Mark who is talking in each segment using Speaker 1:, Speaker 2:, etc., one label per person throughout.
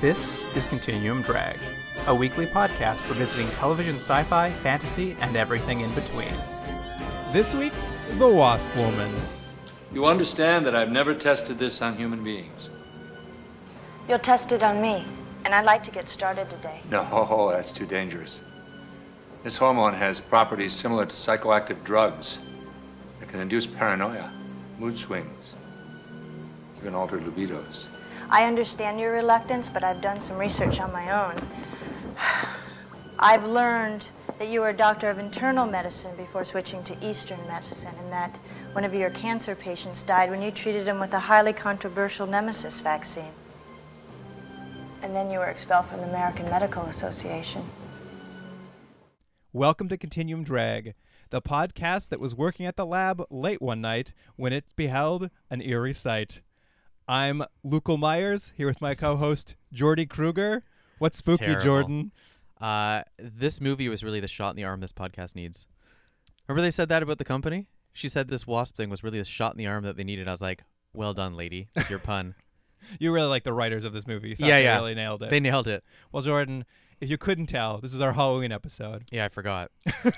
Speaker 1: This is Continuum Drag, a weekly podcast revisiting television sci fi, fantasy, and everything in between.
Speaker 2: This week, the Wasp Woman.
Speaker 3: You understand that I've never tested this on human beings.
Speaker 4: You'll test it on me, and I'd like to get started today.
Speaker 3: No, that's too dangerous. This hormone has properties similar to psychoactive drugs. It can induce paranoia, mood swings, even altered libidos.
Speaker 4: I understand your reluctance, but I've done some research on my own. I've learned that you were a doctor of internal medicine before switching to Eastern medicine, and that one of your cancer patients died when you treated him with a highly controversial nemesis vaccine. And then you were expelled from the American Medical Association.
Speaker 2: Welcome to Continuum Drag, the podcast that was working at the lab late one night when it beheld an eerie sight. I'm Lucal Myers here with my co-host Jordy Kruger. What's spooky,
Speaker 5: terrible.
Speaker 2: Jordan?
Speaker 5: Uh, this movie was really the shot in the arm this podcast needs. Remember they said that about the company? She said this wasp thing was really the shot in the arm that they needed. I was like, well done, lady, with your pun.
Speaker 2: You really like the writers of this movie. You thought
Speaker 5: yeah,
Speaker 2: they
Speaker 5: yeah.
Speaker 2: really nailed it.
Speaker 5: They nailed it.
Speaker 2: well, Jordan, if you couldn't tell, this is our Halloween episode.
Speaker 5: Yeah, I forgot.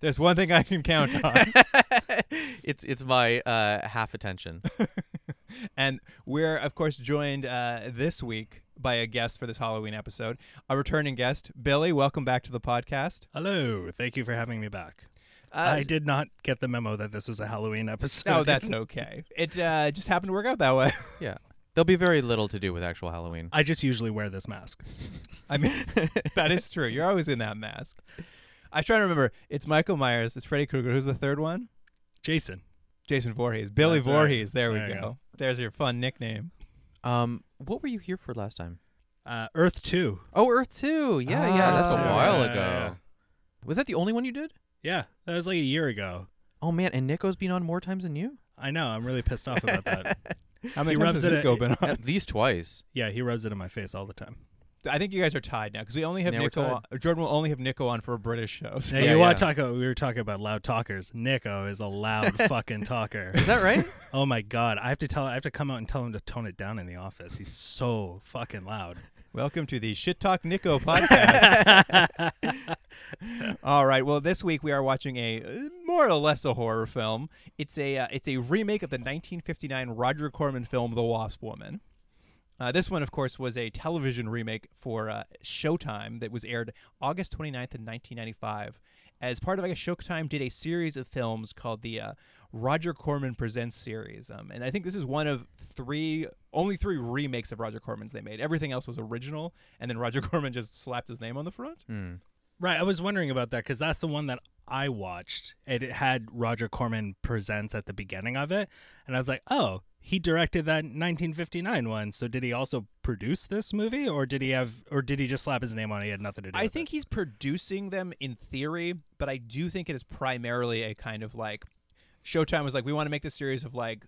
Speaker 2: There's one thing I can count on,
Speaker 5: it's it's my uh, half attention.
Speaker 2: and we're of course joined uh, this week by a guest for this Halloween episode, a returning guest, Billy. Welcome back to the podcast.
Speaker 6: Hello, thank you for having me back.
Speaker 2: Uh,
Speaker 6: I did not get the memo that this was a Halloween episode.
Speaker 2: Oh, that's okay. It uh, just happened to work out that way.
Speaker 5: Yeah. There'll be very little to do with actual Halloween.
Speaker 6: I just usually wear this mask.
Speaker 2: I mean, that is true. You're always in that mask. I was trying to remember. It's Michael Myers. It's Freddy Krueger. Who's the third one?
Speaker 6: Jason,
Speaker 2: Jason Voorhees. Billy
Speaker 6: That's right.
Speaker 2: Voorhees. There we
Speaker 6: There you
Speaker 2: go.
Speaker 6: go.
Speaker 2: There's your fun nickname.
Speaker 5: Um, what were you here for last time?
Speaker 6: uh, Earth 2.
Speaker 5: Oh, Earth Two. Yeah, yeah, that's a
Speaker 2: Oh.
Speaker 5: while
Speaker 6: Yeah,
Speaker 5: ago.
Speaker 6: yeah.
Speaker 5: Was that the only one you did?
Speaker 6: Yeah, that was like a year ago.
Speaker 5: Oh man, and Nico's been on more times than you.
Speaker 6: I know, I'm really pissed off about that.
Speaker 2: How many
Speaker 6: He
Speaker 2: times
Speaker 6: rubs
Speaker 2: has
Speaker 6: it in-
Speaker 2: Nico been on?
Speaker 5: At least twice.
Speaker 6: Yeah, he rubs it in my face all the time.
Speaker 2: I think you guys are tied now because we only have
Speaker 5: Yeah, we're
Speaker 2: Nico.
Speaker 5: tied.
Speaker 2: On, or Jordan will only have Nico on for a British show. so-
Speaker 6: Now,
Speaker 5: Yeah,
Speaker 6: you want to
Speaker 5: yeah.
Speaker 6: talk about, we were talking about loud talkers. Nico is a loud fucking talker.
Speaker 5: Is that right?
Speaker 6: Oh my God, I have to tell, I have to come out and tell him to tone it down in the office. He's so fucking loud.
Speaker 2: Welcome to the Shit Talk Nico podcast. All right. Well, this week we are watching a uh, more or less a horror film. It's a uh, it's a remake of the 1959 Roger Corman film The Wasp Woman. Uh, this one, of course, was a television remake for uh, Showtime that was aired August 29th in 1995. As part of, I guess, Showtime did a series of films called the uh, Roger Corman Presents series, um, and I think this is one of three, only three remakes of Roger Corman's they made. Everything else was original, and then Roger Corman just slapped his name on the front.
Speaker 6: Right, I was wondering about that because that's the one that I watched, and it had Roger Corman presents at the beginning of it, and I was like, oh, he directed that 1959 one, so did he also produce this movie, or did he have, or did he just slap his name on it? He had nothing to do.
Speaker 2: I
Speaker 6: with
Speaker 2: think
Speaker 6: it?
Speaker 2: he's producing them in theory, but I do think it is primarily a kind of like Showtime was like, we want to make this series of like,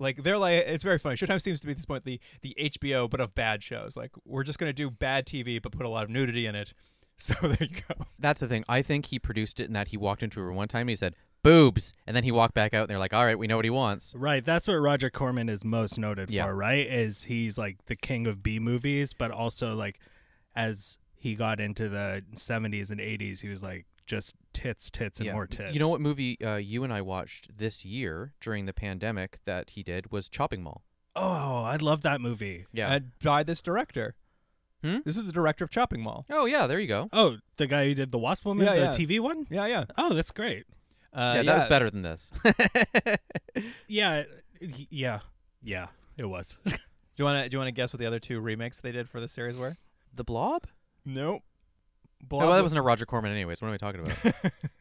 Speaker 2: like they're like, it's very funny. Showtime seems to be at this point the the HBO but of bad shows. Like we're just gonna do bad TV but put a lot of nudity in it. So there you go.
Speaker 5: That's the thing. I think he produced it in that he walked into a room one time and he said, boobs. And then he walked back out and they're like, all right, we know what he wants.
Speaker 6: Right, that's what Roger Corman is most noted
Speaker 5: Yeah.
Speaker 6: for. Right, is he's like the king of B movies, but also like as he got into the 70s and 80s, he was like just tits, tits, and more tits.
Speaker 5: You know what movie uh, you and I watched this year during the pandemic that he did was Chopping Mall.
Speaker 6: Oh, I love that movie.
Speaker 5: Yeah.
Speaker 2: And by this director.
Speaker 5: Hmm?
Speaker 2: This is the director of Chopping Mall.
Speaker 5: oh, yeah, there you go.
Speaker 6: Oh, the guy who did the Wasp Woman,
Speaker 2: Yeah,
Speaker 6: the
Speaker 2: yeah.
Speaker 6: TV one.
Speaker 2: Yeah, yeah.
Speaker 6: Oh, that's great.
Speaker 2: Uh,
Speaker 5: yeah, that was better than this.
Speaker 6: Yeah, y- yeah, yeah. It was.
Speaker 2: Do you want to do you want to guess what the other two remakes they did for the series were?
Speaker 5: the Blob?
Speaker 2: Nope.
Speaker 5: Oh, well, that wasn't a Roger Corman anyways. What am I talking about?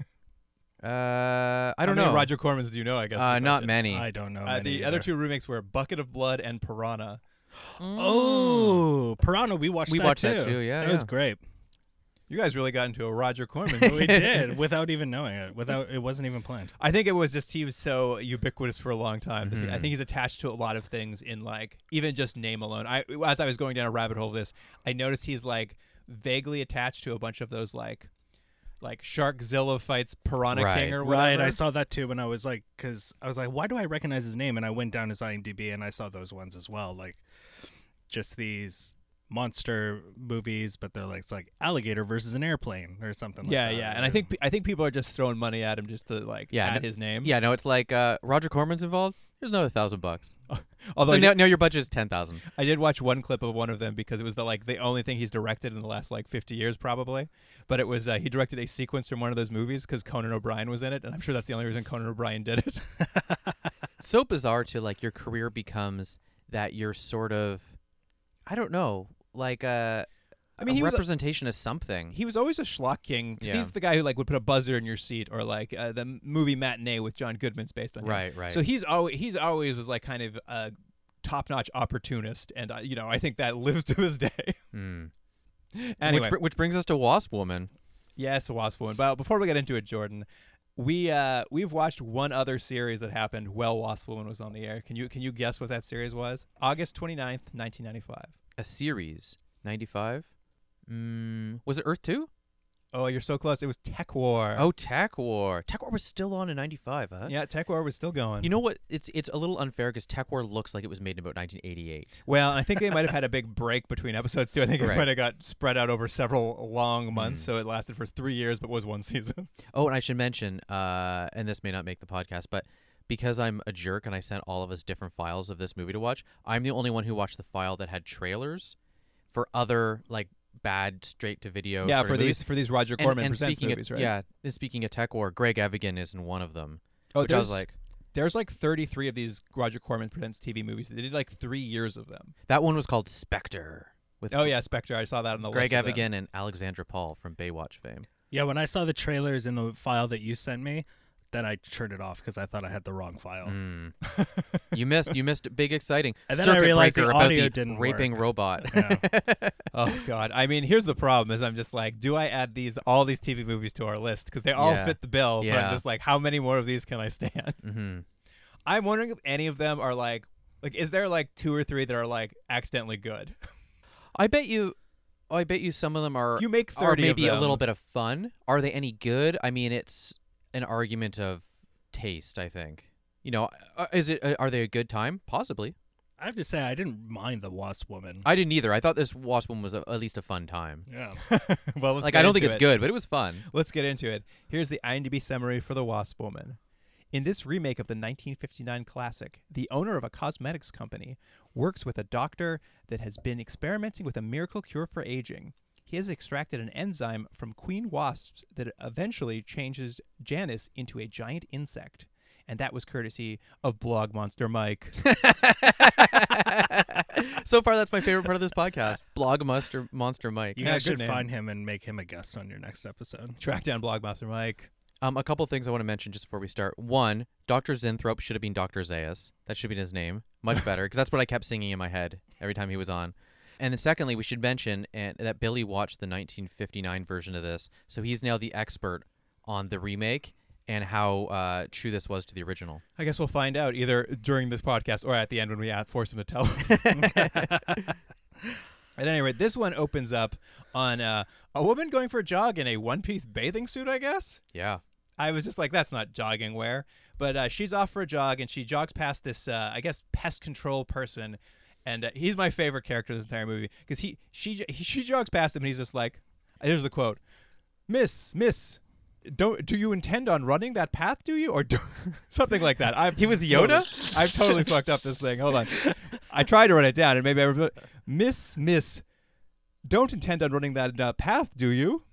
Speaker 5: uh, I don't know.
Speaker 2: Roger Corman's do you know? I guess.
Speaker 5: uh,
Speaker 2: is the
Speaker 5: not
Speaker 2: question.
Speaker 5: many.
Speaker 6: I don't know.
Speaker 2: Uh,
Speaker 6: any
Speaker 2: the other
Speaker 6: either.
Speaker 2: two remakes were Bucket of Blood and Piranha.
Speaker 6: Oh, Piranha. We watched.
Speaker 5: We
Speaker 6: that
Speaker 5: watched
Speaker 6: too.
Speaker 5: that too, yeah,
Speaker 6: it was
Speaker 5: yeah.
Speaker 6: great.
Speaker 2: You guys really got into a Roger Corman. movie.
Speaker 6: we did without even knowing it. Without it wasn't even planned.
Speaker 2: I think it was just he was so ubiquitous for a long time. That he- I think he's attached to a lot of things in like even just name alone. I as I was going down a rabbit hole of this, I noticed he's like vaguely attached to a bunch of those like like Sharkzilla fights Piranha King
Speaker 5: Right.
Speaker 2: or whatever.
Speaker 6: Right, I saw that too when I was like, because I was like, why do I recognize his name? And I went down his IMDb and I saw those ones as well. Like, just these monster movies, but they're like it's like alligator versus an airplane or something. like
Speaker 2: yeah,
Speaker 6: that,
Speaker 2: yeah. And I
Speaker 6: or-
Speaker 2: think I think people are just throwing money at him just to like
Speaker 5: Yeah,
Speaker 2: add
Speaker 5: no-
Speaker 2: his name.
Speaker 5: Yeah, no, it's like uh, Roger Corman's involved. Here's another thousand bucks.
Speaker 2: Although
Speaker 5: so
Speaker 2: I,
Speaker 5: now,
Speaker 2: did,
Speaker 5: now your budget's ten thousand.
Speaker 2: I did watch one clip of one of them because it was the like the only thing he's directed in the last like 50 years probably. But it was uh, he directed a sequence from one of those movies because Conan O'Brien was in it, and I'm sure that's the only reason Conan O'Brien did it.
Speaker 5: It's so bizarre to like your career becomes that you're sort of, I don't know, like uh,
Speaker 2: I mean,
Speaker 5: a
Speaker 2: he was a-
Speaker 5: representation of something.
Speaker 2: he was always a schlock king. 'cause
Speaker 5: Yeah.
Speaker 2: He's the guy who like would put a buzzer in your seat, or like uh, the m- movie matinee with John Goodman's based on him.
Speaker 5: Right, right.
Speaker 2: So he's always he's always was like kind of a top-notch opportunist, and uh, you know I think that lives to this day.
Speaker 5: Hmm.
Speaker 2: anyway,
Speaker 5: which, br- which brings us to Wasp Woman.
Speaker 2: yes, Wasp Woman. But before we get into it, Jordan, we uh we've watched one other series that happened while Wasp Woman was on the air. Can you can you guess what that series was? August 29th, 1995.
Speaker 5: a series 95 mm, was it earth 2
Speaker 2: Oh, you're so close. It was Tech War.
Speaker 5: oh tech war tech war was still on in 95 huh
Speaker 2: yeah, Tech War was still going.
Speaker 5: you know what it's it's a little unfair because tech war looks like it was made in about 1988
Speaker 2: Well, and I think they might have had a big break between episodes too. I think it
Speaker 5: Right. Mm-hmm.
Speaker 2: might have got spread out over several long months, so it lasted for three years, but was one season.
Speaker 5: oh and i should mention uh and this may not make the podcast but because i'm a jerk and i sent all of us different files of this movie to watch i'm the only one who watched the file that had trailers for other like bad straight to video
Speaker 2: yeah,
Speaker 5: sort of
Speaker 2: for
Speaker 5: movies.
Speaker 2: these for these Roger
Speaker 5: And-
Speaker 2: Corman
Speaker 5: and
Speaker 2: presents
Speaker 5: speaking of-
Speaker 2: movies, right?
Speaker 5: yeah and speaking of tech war greg evigan is in one of them
Speaker 2: Oh,
Speaker 5: which i was
Speaker 2: there's-
Speaker 5: like
Speaker 2: there's like 33 of these Roger Corman presents TV movies. They did like three years of them.
Speaker 5: That one was called Spectre. With
Speaker 2: Oh yeah, Spectre. I saw that on the
Speaker 5: Greg
Speaker 2: list. of them.
Speaker 5: Evigan and Alexandra Paul from Baywatch fame.
Speaker 6: yeah. When I saw the trailers in the file that you sent me, then I turned it off because I thought I had the wrong file.
Speaker 5: Mm. You missed. You missed big exciting
Speaker 6: And then I
Speaker 5: circuit
Speaker 6: realized the
Speaker 5: breaker about
Speaker 6: audio
Speaker 5: the
Speaker 6: didn't
Speaker 5: raping
Speaker 6: work.
Speaker 5: robot.
Speaker 6: Yeah.
Speaker 2: Oh god. I mean, here's the problem: is I'm just like, do I add these all these TV movies to our list because they all
Speaker 5: Yeah.
Speaker 2: fit the bill? But
Speaker 5: Yeah.
Speaker 2: I'm just like, how many more of these can I stand?
Speaker 5: hmm
Speaker 2: I'm wondering if any of them are like, like, is there like two or three that are like accidentally good?
Speaker 5: I bet you. I bet you some of them are.
Speaker 2: You make
Speaker 5: are
Speaker 2: 30 of
Speaker 5: maybe a little
Speaker 2: them.
Speaker 5: bit of fun. Are they any good? I mean, it's an argument of taste. I think. You know, uh, is it? Uh, are they a good time? Possibly.
Speaker 6: I have to say I didn't mind the Wasp Woman.
Speaker 5: I didn't either. I thought this Wasp one was a, at least a fun time.
Speaker 6: yeah.
Speaker 2: well, let's
Speaker 5: Like,
Speaker 2: get
Speaker 5: I don't
Speaker 2: into
Speaker 5: think it's
Speaker 2: it.
Speaker 5: good, but it was fun.
Speaker 2: Let's get into it. Here's the IMDb summary for The Wasp Woman. In this remake of the 1959 classic, the owner of a cosmetics company works with a doctor that has been experimenting with a miracle cure for aging. He has extracted an enzyme from queen wasps that eventually changes Janice into a giant insect. And that was courtesy of Blog Monster Mike.
Speaker 5: so far, that's my favorite part of this podcast. Blog Monster, Monster Mike.
Speaker 6: You
Speaker 2: Yeah,
Speaker 6: guys
Speaker 2: good
Speaker 6: should
Speaker 2: name.
Speaker 6: find him and make him a guest on your next episode.
Speaker 2: Track down Blog Monster Mike.
Speaker 5: Um, a couple things I want to mention just before we start. One, Doctor Zinthrope should have been Doctor Zaius. That should be his name. Much better, because that's what I kept singing in my head every time he was on. And then secondly, we should mention and, that Billy watched the 1959 version of this, so he's now the expert on the remake and how uh, true this was to the original.
Speaker 2: I guess we'll find out either during this podcast or at the end when we uh, force him to tell us. At any rate, this one opens up on uh, a woman going for a jog in a one piece bathing suit, I guess.
Speaker 5: Yeah.
Speaker 2: I was just like, that's not jogging wear. But uh, she's off for a jog and she jogs past this, uh, I guess, pest control person. And uh, he's my favorite character in this entire movie because he, she, he, she jogs past him and he's just like, here's the quote Miss, Miss. Don't do you intend on running that path? Do you or do, something like that? I've, he was
Speaker 5: Yoda?
Speaker 2: I've totally fucked up this thing. Hold on, I tried to run it down and maybe I remember. Miss Miss, don't intend on running that uh, path, do you?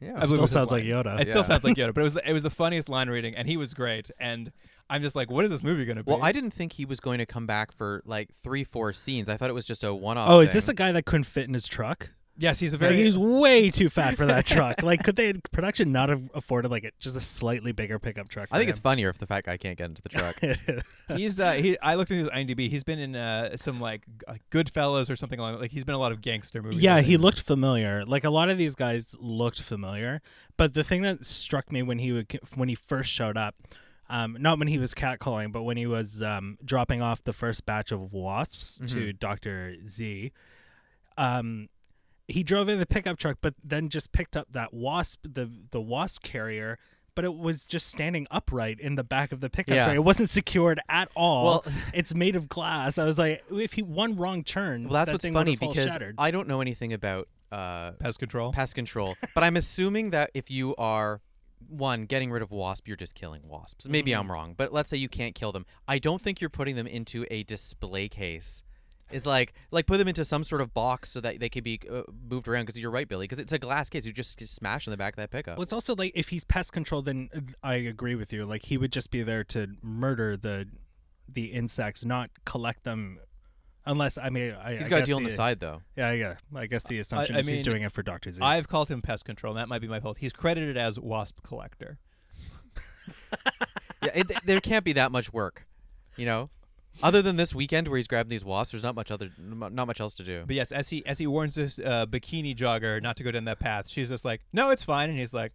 Speaker 5: Yeah.
Speaker 2: I believe
Speaker 6: Still
Speaker 2: it's his
Speaker 6: sounds like
Speaker 2: line.
Speaker 6: Yoda.
Speaker 2: It still
Speaker 5: Yeah.
Speaker 2: sounds like Yoda, but it was the, it was the funniest line reading, and he was great. And I'm just like, what is this movie going to be?
Speaker 5: Well, I didn't think he was going to come back for like three, four scenes. I thought it was just a one-off.
Speaker 6: Oh, is this
Speaker 5: thing.
Speaker 6: a guy that couldn't fit in his truck?
Speaker 2: yes, he's a
Speaker 6: Like,
Speaker 2: very
Speaker 6: he was way too fat for that truck. Like, could they production not have afforded like a, just a slightly bigger pickup truck?
Speaker 5: I think it's funnier if the fat guy can't get into the truck.
Speaker 6: it's.
Speaker 2: he's uh, he. I looked at his IMDb. He's been in uh, some like g- uh, Goodfellas or something along like he's been in a lot of gangster movies.
Speaker 6: yeah,
Speaker 2: I
Speaker 6: he
Speaker 2: think.
Speaker 6: looked familiar. Like a lot of these guys looked familiar. But the thing that struck me when he would when he first showed up, um, not when he was catcalling, but when he was um, dropping off the first batch of wasps to
Speaker 5: Mm-hmm.
Speaker 6: Doctor Z, um, he drove in the pickup truck, but then just picked up that wasp the the wasp carrier. but it was just standing upright in the back of the pickup
Speaker 5: Yeah.
Speaker 6: truck. It wasn't secured at all.
Speaker 5: Well-
Speaker 6: it's made of glass. I was like, if he one wrong turn,
Speaker 5: Well, that's
Speaker 6: that
Speaker 5: what's
Speaker 6: thing
Speaker 5: funny
Speaker 6: would've fall
Speaker 5: because
Speaker 6: shattered.
Speaker 5: I don't know anything about uh,
Speaker 2: Pest control.
Speaker 5: pest control, but I'm assuming that if you are one getting rid of wasp, you're just killing wasps. Maybe
Speaker 6: Mm-hmm.
Speaker 5: I'm wrong, but let's say you can't kill them. I don't think you're putting them into a display case. It's like like put them into some sort of box so that they could be uh, moved around. Because you're right, Billy. Because it's a glass case. You just just smash in the back of that pickup.
Speaker 6: Well, it's also like if he's pest control, then uh, I agree with you. Like he would just be there to murder the the insects, not collect them. Unless I mean, I,
Speaker 5: He's
Speaker 6: I
Speaker 5: got a
Speaker 6: guess
Speaker 5: deal on
Speaker 6: he-
Speaker 5: the side though.
Speaker 6: Yeah, yeah. I guess the assumption
Speaker 2: I
Speaker 6: is
Speaker 2: mean,
Speaker 6: he's doing it for Doctor Z.
Speaker 2: I've called him pest control, and that might be my fault. He's credited as wasp collector.
Speaker 5: yeah, it, there can't be that much work, you know. Other than this weekend where he's grabbing these wasps, there's not much other, m- not much else to do.
Speaker 2: But yes, as he as he warns this uh, bikini jogger not to go down that path, she's just like, "No, it's fine," and he's like,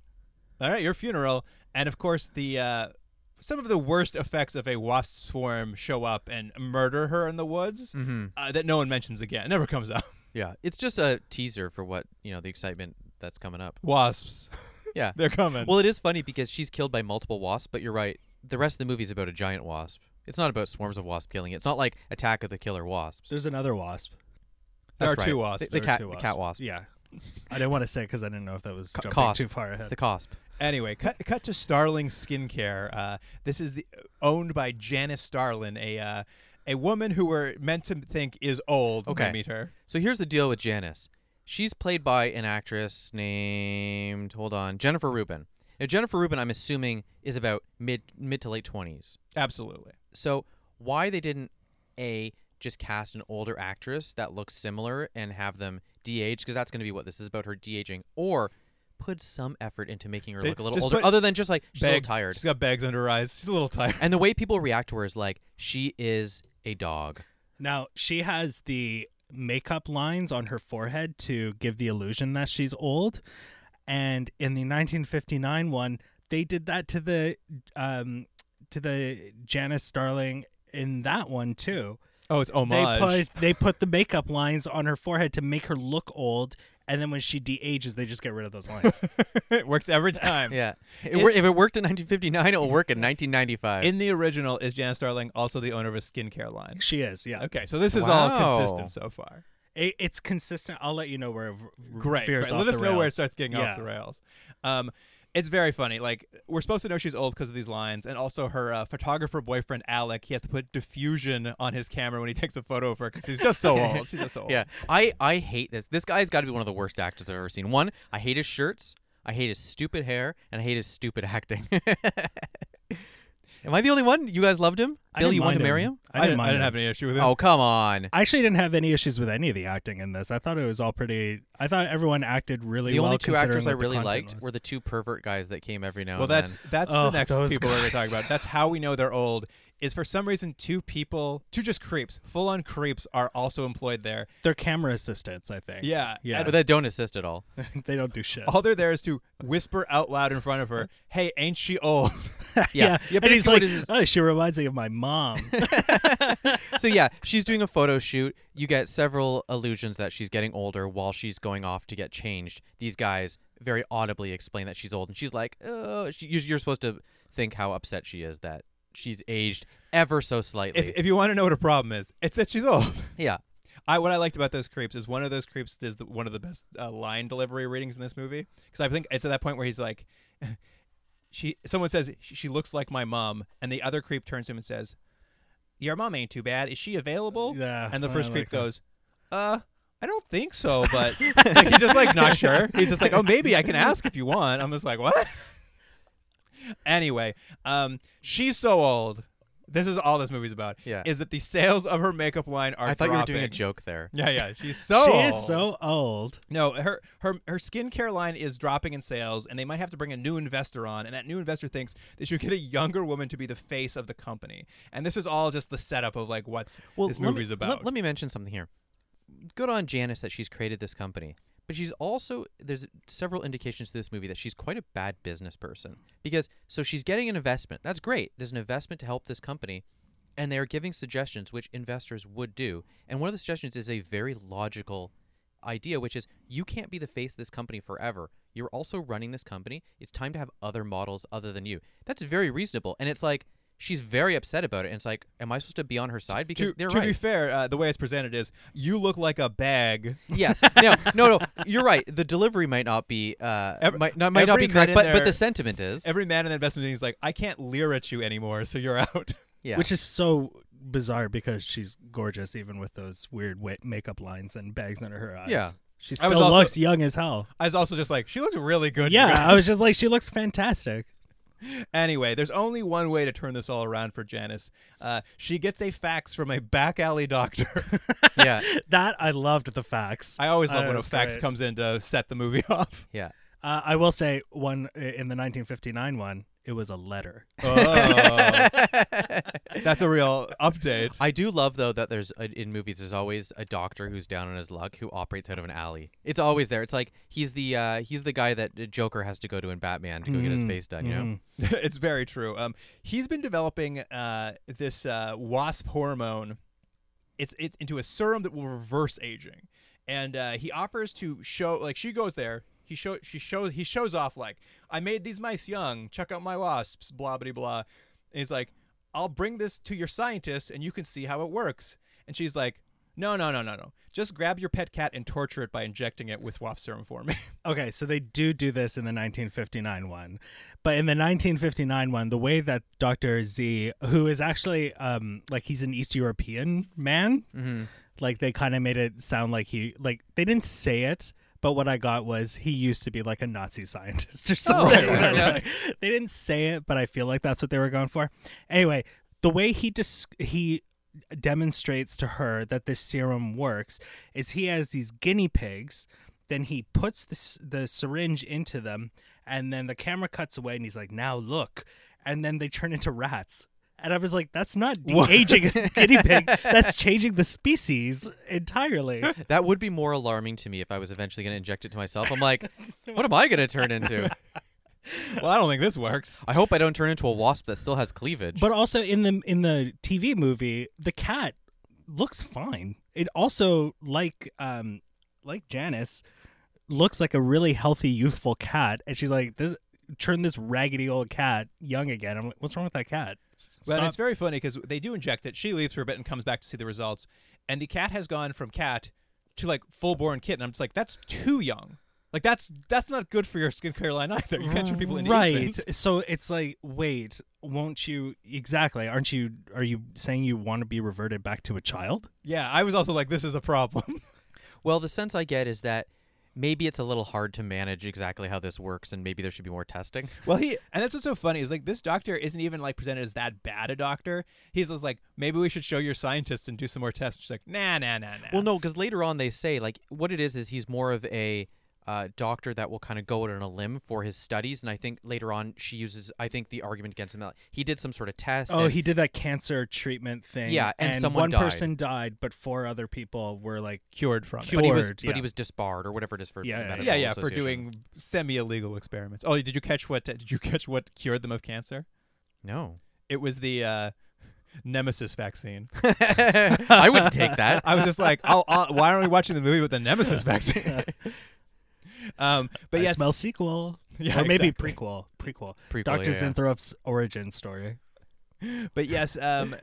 Speaker 2: "All right, your funeral." And of course, the uh, some of the worst effects of a wasp swarm show up and murder her in the woods uh, that no one mentions again. It never comes up.
Speaker 5: Yeah, it's just a teaser for what you know the excitement that's coming up.
Speaker 2: Wasps,
Speaker 5: Yeah,
Speaker 2: they're coming.
Speaker 5: well, it is funny because she's killed by multiple wasps, but you're right. The rest of the movie's about a giant wasp. It's not about swarms of wasp killing it. It's not like Attack of the Killer Wasps.
Speaker 6: There's another wasp.
Speaker 2: there are
Speaker 5: That's
Speaker 2: two
Speaker 5: right.
Speaker 2: wasps.
Speaker 5: The
Speaker 6: There are
Speaker 5: cat-
Speaker 6: two
Speaker 5: the
Speaker 6: wasps.
Speaker 5: cat wasp.
Speaker 6: Yeah. I didn't want to say because I didn't know if that was
Speaker 5: Co-
Speaker 6: jumping
Speaker 5: cosp.
Speaker 6: too far ahead.
Speaker 5: It's the cosp.
Speaker 2: Anyway, cut cut to Starling Skincare. Uh, this is the, owned by Janice Starlin, a uh, a woman who we're meant to think is old when
Speaker 5: Okay.
Speaker 2: we meet her.
Speaker 5: So here's the deal with Janice. She's played by an actress named hold on Jennifer Rubin. Now Jennifer Rubin, I'm assuming, is about mid mid to late twenties.
Speaker 2: Absolutely.
Speaker 5: So why they didn't a just cast an older actress that looks similar and have them de-age because that's going to be what this is about her de-aging or put some effort into making her
Speaker 2: They
Speaker 5: look a little
Speaker 2: just
Speaker 5: older
Speaker 2: put
Speaker 5: other than just like she's a little
Speaker 2: Bags-
Speaker 5: tired
Speaker 2: She's got bags under her eyes. She's a little tired.
Speaker 5: and the way people react to her is like she is a dog
Speaker 6: Now she has the makeup lines on her forehead to give the illusion that she's old, and in the 1959 one, they did that to the um, to the Janice Starling in that one too.
Speaker 2: Oh, it's homage.
Speaker 6: They put they put the makeup lines on her forehead to make her look old, and then when she de-ages, they just get rid of those lines.
Speaker 2: it works every time.
Speaker 5: yeah It wor- if it worked in 1959 it'll work in 1995
Speaker 2: In the original, is Jan Starling also the owner of a skincare line?
Speaker 6: she is, yeah.
Speaker 2: Okay, so this is all
Speaker 5: Wow.
Speaker 2: consistent so far.
Speaker 6: It, it's consistent. I'll let you know where it v-
Speaker 2: Great.
Speaker 6: veers
Speaker 2: great.
Speaker 6: off
Speaker 2: Let us
Speaker 6: the
Speaker 2: know where it
Speaker 6: rails.
Speaker 2: starts getting
Speaker 6: Yeah.
Speaker 2: off the rails. Um, it's very funny. Like we're supposed to know she's old because of these lines, and also her uh, photographer boyfriend Alec. He has to put diffusion on his camera when he takes a photo of her because she's just so old. She's just so old.
Speaker 5: yeah i i hate this this guy's got to be one of the worst actors i've ever seen one i hate his shirts i hate his stupid hair and i hate his stupid acting am i the only one you guys loved him
Speaker 6: I
Speaker 5: billy
Speaker 6: didn't
Speaker 5: you wanted
Speaker 6: mind
Speaker 5: to marry him
Speaker 2: I didn't, I
Speaker 6: mind
Speaker 2: didn't
Speaker 6: it.
Speaker 2: have any issue with it.
Speaker 5: oh come on
Speaker 6: I actually didn't have any issues with any of the acting in this. I thought it was all pretty. I thought everyone acted really
Speaker 5: the
Speaker 6: well.
Speaker 5: only two
Speaker 6: considering
Speaker 5: actors I
Speaker 6: what the
Speaker 5: really
Speaker 6: content
Speaker 5: liked
Speaker 6: was.
Speaker 5: were the two pervert guys that came every now
Speaker 2: Well,
Speaker 5: and
Speaker 2: that's
Speaker 5: then.
Speaker 2: that's
Speaker 6: Oh,
Speaker 2: the next
Speaker 6: those
Speaker 2: people we're going to talk
Speaker 6: guys.
Speaker 2: about. That's how we know they're old. Is for some reason two people, two just creeps, full on creeps, are also employed there.
Speaker 6: They're camera assistants, I think.
Speaker 2: Yeah,
Speaker 6: yeah.
Speaker 5: but that don't assist at all.
Speaker 6: they don't do shit.
Speaker 2: All they're there is to whisper out loud in front of her, "Hey, ain't she old?"
Speaker 5: Yeah,
Speaker 6: and he's like, "Oh, she reminds me of my mom."
Speaker 5: so yeah, she's doing a photo shoot. You get several allusions that she's getting older while she's going off to get changed. These guys very audibly explain that she's old, and she's like, "Oh, she, you're, you're supposed to think how upset she is that she's aged ever so slightly."
Speaker 2: if, if you want to know what a problem is, it's that she's old.
Speaker 5: yeah,
Speaker 2: I what I liked about those creeps is one of those creeps is the, one of the best uh, line delivery readings in this movie because I think it's at that point where he's like, she someone says she she looks like my mom, and the other creep turns to him and says, "Your mom ain't too bad. Is she available?"
Speaker 6: Yeah,
Speaker 2: and the
Speaker 6: I
Speaker 2: first
Speaker 6: like
Speaker 2: creep
Speaker 6: that.
Speaker 2: goes, "Uh." I don't think so, but like, he's just like not sure. He's just like, oh, maybe I can ask if you want. I'm just like, what? Anyway, um, she's so old. This is all this movie's about.
Speaker 5: Yeah.
Speaker 2: is that the sales of her makeup line are?
Speaker 5: I thought you were doing a
Speaker 2: dropping.
Speaker 5: joke there.
Speaker 2: Yeah, yeah, she's so.
Speaker 6: she
Speaker 2: old.
Speaker 6: is so old.
Speaker 2: No, her her her skincare line is dropping in sales, and they might have to bring a new investor on, and that new investor thinks they should get a younger woman to be the face of the company, and this is all just the setup of like what's this
Speaker 5: let me-
Speaker 2: movie's
Speaker 5: let-
Speaker 2: about.
Speaker 5: Let, me mention something here. Good on Janice that she's created this company, but she's also there's several indications to this movie that she's quite a bad business person because so she's getting an investment. That's great. There's an investment to help this company, and they are giving suggestions which investors would do. And one of the suggestions is a very logical idea, which is you can't be the face of this company forever. You're also running this company. It's time to have other models other than you. That's very reasonable. And it's like she's very upset about it. And it's like, am I supposed to be on her side? Because
Speaker 2: To,
Speaker 5: they're
Speaker 2: to
Speaker 5: right.
Speaker 2: be fair, uh, the way it's presented is you look like a bag.
Speaker 5: Yes. No. No. No. You're right. The delivery might not be uh
Speaker 2: Every-
Speaker 5: might not might not
Speaker 2: every
Speaker 5: be correct,
Speaker 2: minute
Speaker 5: but but
Speaker 2: there-
Speaker 5: the sentiment is
Speaker 2: Every man in the investment meeting is like, I can't leer at you anymore, so you're out.
Speaker 5: yeah.
Speaker 6: Which is so bizarre because she's gorgeous, even with those weird wa- makeup lines and bags under her eyes.
Speaker 5: Yeah.
Speaker 6: She
Speaker 2: I was
Speaker 6: still
Speaker 2: also-
Speaker 6: looks young as hell.
Speaker 2: I was also just like, she looked really good. you
Speaker 6: Yeah, I
Speaker 2: guys."
Speaker 6: was just like, she looks fantastic.
Speaker 2: Anyway, there's only one way to turn this all around for Janice. Uh, she gets a fax from a back alley doctor.
Speaker 5: yeah.
Speaker 6: That I loved the facts.
Speaker 2: I always love
Speaker 6: Uh,
Speaker 2: when a
Speaker 6: it's
Speaker 2: fax
Speaker 6: great.
Speaker 2: comes in to set the movie off.
Speaker 5: Yeah.
Speaker 6: Uh, I will say one in the 1959 one. It was a letter.
Speaker 2: Oh. That's a real update.
Speaker 5: I do love though that there's uh, in movies there's always a doctor who's down on his luck who operates out of an alley. It's always there. It's like he's the uh, he's the guy that uh, Joker has to go to in Batman to go
Speaker 2: Mm,
Speaker 5: get his face done. You know,
Speaker 2: it's very true. Um, he's been developing uh, this uh, wasp hormone. It's it into a serum that will reverse aging, and uh, he offers to show like she goes there. He show she shows he shows off like I made these mice young. Check out my wasps. Blah blah blah. And he's like, I'll bring this to your scientist, and you can see how it works. And she's like, No no no no no. Just grab your pet cat and torture it by injecting it with wasp serum for me.
Speaker 6: Okay, so they do do this in the 1959 one, but in the 1959 one, the way that Doctor Z, who is actually um like he's an East European man, like they kind of made it sound like he like they didn't say it. But what I got was he used to be like a Nazi scientist or something.
Speaker 5: right, right,
Speaker 6: I was like, they didn't say it, but I feel like that's what they were going for. Anyway, the way he dis- he demonstrates to her that this serum works is he has these guinea pigs then he puts the, s- the syringe into them and then the camera cuts away and he's like now look and then they turn into rats and i was like that's not de-aging a guinea pig that's changing the species entirely
Speaker 5: that would be more alarming to me if I was eventually going to inject it to myself. I'm like, what am I going to turn into?
Speaker 2: well, I don't think this works.
Speaker 5: I hope I don't turn into a wasp that still has cleavage.
Speaker 6: but also in the in the tv movie the cat looks fine it also like um like janice looks like a really healthy youthful cat and she's like this turn this raggedy old cat young again i'm like what's wrong with that cat
Speaker 2: Well, and
Speaker 6: Stop-
Speaker 2: it's very funny because they do inject it. She leaves for a bit and comes back to see the results, and the cat has gone from cat to like full-born kitten. I'm just like, that's too young. Like that's that's not good for your skincare line either. You can't turn people into
Speaker 6: right
Speaker 2: infants.
Speaker 6: so it's like wait won't you exactly aren't you are you saying you want to be reverted back to a child
Speaker 2: Yeah, I was also like, this is a problem.
Speaker 5: Well, the sense I get is that maybe it's a little hard to manage exactly how this works, and maybe there should be more testing.
Speaker 2: well, he and that's what's so funny is like this doctor isn't even like presented as that bad a doctor. He's just like, maybe we should show your scientist and do some more tests. She's like, nah, nah, nah, nah.
Speaker 5: Well, no, because later on they say like what it is is he's more of a uh, doctor that will kind of go out on a limb for his studies, and I think later on she uses I think the argument against him that he did some sort of test.
Speaker 6: oh
Speaker 5: and-
Speaker 6: he did that cancer treatment thing
Speaker 5: Yeah, and someone
Speaker 6: one
Speaker 5: died.
Speaker 6: person died but four other people were like
Speaker 2: cured from it.
Speaker 6: Cured.
Speaker 5: but he was
Speaker 6: cured,
Speaker 5: but
Speaker 6: yeah.
Speaker 5: he was disbarred or whatever it is for
Speaker 6: Yeah,
Speaker 5: the
Speaker 6: yeah,
Speaker 5: medical
Speaker 2: Yeah, yeah, for
Speaker 5: association.
Speaker 2: doing semi-illegal experiments. Oh, did you catch what? Did you catch what cured them of cancer?
Speaker 5: no.
Speaker 2: It was the uh, Nemesis vaccine.
Speaker 5: I would take that.
Speaker 2: I was just like, oh, uh, why aren't we watching the movie with the Nemesis vaccine? um, but
Speaker 6: I
Speaker 2: yes,
Speaker 6: smell sequel
Speaker 2: Yeah,
Speaker 6: or maybe
Speaker 2: exactly.
Speaker 6: prequel prequel
Speaker 5: Prequel, yeah,
Speaker 6: dr
Speaker 5: yeah.
Speaker 6: Zinthrop's origin story
Speaker 2: but yes, um,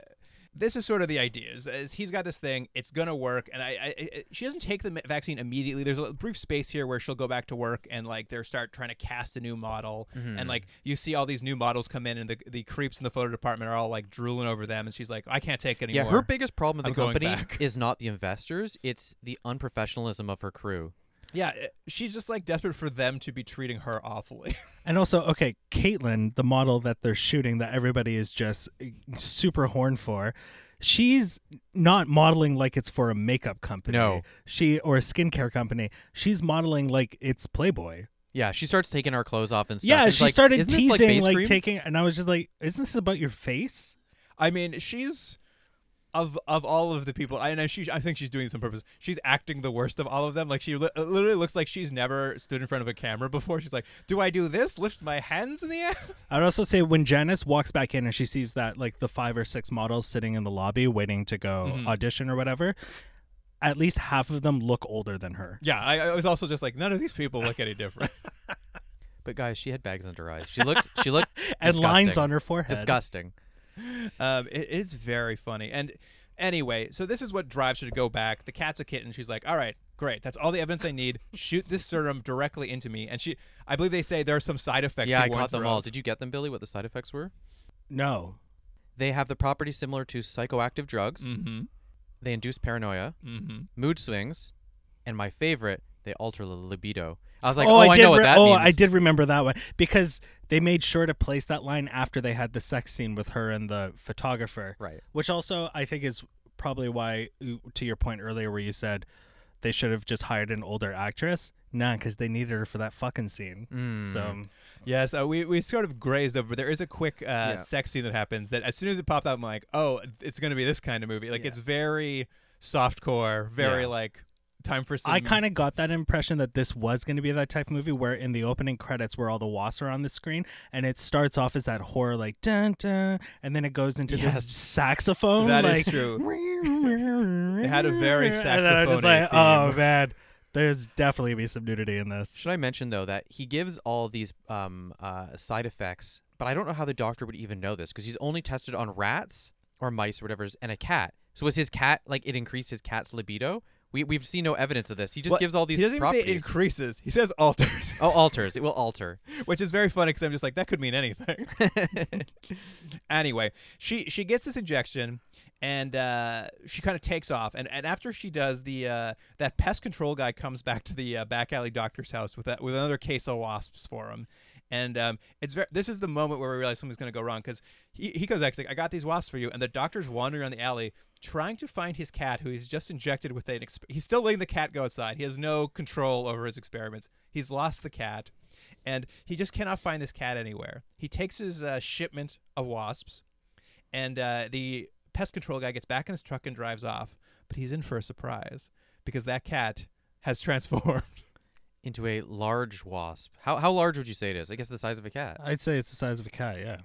Speaker 2: this is sort of the idea. Is, is he's got this thing, it's gonna work, and I, I, I she doesn't take the m- vaccine immediately. There's a brief space here where she'll go back to work and like they start trying to cast a new model,
Speaker 5: Mm-hmm.
Speaker 2: and like you see all these new models come in, and the the creeps in the photo department are all like drooling over them, and she's like, I can't take anymore.
Speaker 5: Yeah, her biggest problem with the
Speaker 2: I'm going
Speaker 5: company
Speaker 2: back.
Speaker 5: is not the investors; it's the unprofessionalism of her crew.
Speaker 2: Yeah, uh, she's just like desperate for them to be treating her awfully.
Speaker 6: And also, okay, Caitlyn, the model that they're shooting that everybody is just eh, super horned for, she's not modeling like it's for a makeup company.
Speaker 5: No.
Speaker 6: She or a skincare company. She's modeling like it's Playboy.
Speaker 5: Yeah, she starts taking our clothes off and stuff.
Speaker 6: yeah,
Speaker 5: It's
Speaker 6: she
Speaker 5: like,
Speaker 6: started
Speaker 5: "Isn't this like
Speaker 6: teasing
Speaker 5: face
Speaker 6: like,
Speaker 5: cream?"
Speaker 6: taking and I was just like, Isn't this about your face?
Speaker 2: I mean, she's of of all of the people. I know she. I think she's doing this on purpose. She's acting the worst of all of them. Like she li- literally looks like she's never stood in front of a camera before. She's like, "Do I do this? Lift my hands in the air?"
Speaker 6: I'd also say when Janice walks back in and she
Speaker 5: Mm-hmm.
Speaker 6: sees that like the five or six models sitting in the lobby waiting to go audition or whatever, at least half of them look older than her.
Speaker 2: Yeah, I, I was also just like, none of these people look any different.
Speaker 5: But guys, she had bags under her eyes. She looked. She looked.
Speaker 6: And lines
Speaker 5: disgusting.
Speaker 6: on her forehead.
Speaker 5: Disgusting.
Speaker 2: um, it is very funny. And anyway, so this is what drives her to go back. The cat's a kitten. She's like, all right, great. That's all the evidence I need. Shoot this serum directly into me. And she, I believe they say there are some side effects.
Speaker 5: Yeah,
Speaker 2: he
Speaker 5: I caught
Speaker 2: warns her
Speaker 5: them all.
Speaker 2: of.
Speaker 5: Did you get them, Billy? What the side effects were?
Speaker 6: No.
Speaker 5: They have the property similar to psychoactive drugs.
Speaker 1: Mm.
Speaker 2: Mhm.
Speaker 5: They induce paranoia,
Speaker 2: Mhm.
Speaker 5: mood swings, and my favorite, they alter the libido. I was like,
Speaker 6: oh, I, did
Speaker 5: know what
Speaker 6: re-
Speaker 5: that
Speaker 6: oh,
Speaker 5: means.
Speaker 6: I did remember that one because they made sure to place that line after they had the sex scene with her and the photographer.
Speaker 5: Right.
Speaker 6: Which also I think is probably why to your point earlier where you said they should have just hired an older actress. Nah, because they needed her for that fucking scene.
Speaker 5: Mm.
Speaker 6: So um,
Speaker 2: Yeah, so we, we sort of grazed over. There is a quick uh, sex scene that happens that as soon as it popped up, I'm like, oh, it's going to be this kind of movie. Like, it's very softcore, very
Speaker 5: Yeah.
Speaker 2: like time for some.
Speaker 6: I kind of got that impression that this was going to be that type of movie where in the opening credits where all the wasps are on the screen and it starts off as that horror like dun dun and then it goes into
Speaker 5: Yes.
Speaker 6: this saxophone
Speaker 2: That is
Speaker 6: like
Speaker 2: true. It had a very
Speaker 6: And then I'm just
Speaker 2: saxophony
Speaker 6: like, oh
Speaker 2: theme.
Speaker 6: man, there's definitely be some nudity in this.
Speaker 5: Should I mention though that he gives all these um, uh, side effects, but I don't know how the doctor would even know this because he's only tested on rats or mice or whatever's and a cat. So was his cat like it increased his cat's libido? We we've seen no evidence of this. He just gives all these
Speaker 2: He doesn't
Speaker 5: properties.
Speaker 2: even say it increases. He says alters,
Speaker 5: oh, alters. It will alter.
Speaker 2: which is very funny because I'm just like that could mean anything. anyway, she she gets this injection and uh, she kind of takes off. And, and after she does the uh, that pest control guy comes back to the uh, back alley doctor's house with that with another case of wasps for him. And um, it's very, this is the moment where we realize something's going to go wrong because he, he goes actually I got these wasps for you and the doctor's wandering around the alley trying to find his cat who he's just injected with an exp- he's still letting the cat go outside he has no control over his experiments he's lost the cat and he just cannot find this cat anywhere. He takes his uh, shipment of wasps, and uh, the pest control guy gets back in his truck and drives off. But he's in for a surprise because that cat has transformed.
Speaker 5: into a large wasp. How how large would you say it is? I guess the size of a
Speaker 2: Uh,
Speaker 5: cat.
Speaker 6: I'd say it's the size of a cat. Yeah.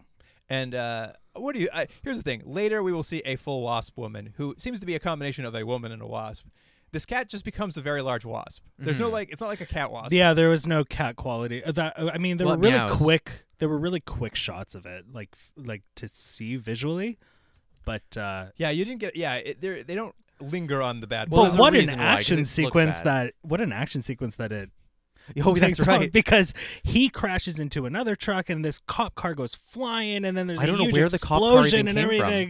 Speaker 2: And uh, what do you? I, here's the thing. Later, we will see a full wasp woman who seems to be a combination of a woman and a wasp. This cat just becomes a very large wasp. There's
Speaker 5: Mm-hmm.
Speaker 2: no like. It's not like a cat wasp.
Speaker 6: Yeah, there was no cat quality. Uh, That uh, I mean, there
Speaker 5: Well, it
Speaker 6: were really
Speaker 5: meows.
Speaker 6: quick. There were really quick shots of it, like f- like to see visually. But uh,
Speaker 2: Yeah. You didn't get. Yeah. It, they're- they don't linger on the bad.
Speaker 5: Well,
Speaker 2: boys.
Speaker 5: there's
Speaker 6: but
Speaker 5: a
Speaker 6: what an
Speaker 5: reason why, 'cause it
Speaker 6: action
Speaker 5: looks
Speaker 6: sequence
Speaker 5: bad.
Speaker 6: that what an action sequence that it.
Speaker 5: Oh,
Speaker 6: takes
Speaker 5: that's
Speaker 6: on,
Speaker 5: right.
Speaker 6: Because he crashes into another truck and this cop car goes flying, and then there's
Speaker 5: I don't
Speaker 6: a
Speaker 5: know
Speaker 6: huge
Speaker 5: where the cop car even
Speaker 6: explosion and
Speaker 5: came from.
Speaker 6: everything.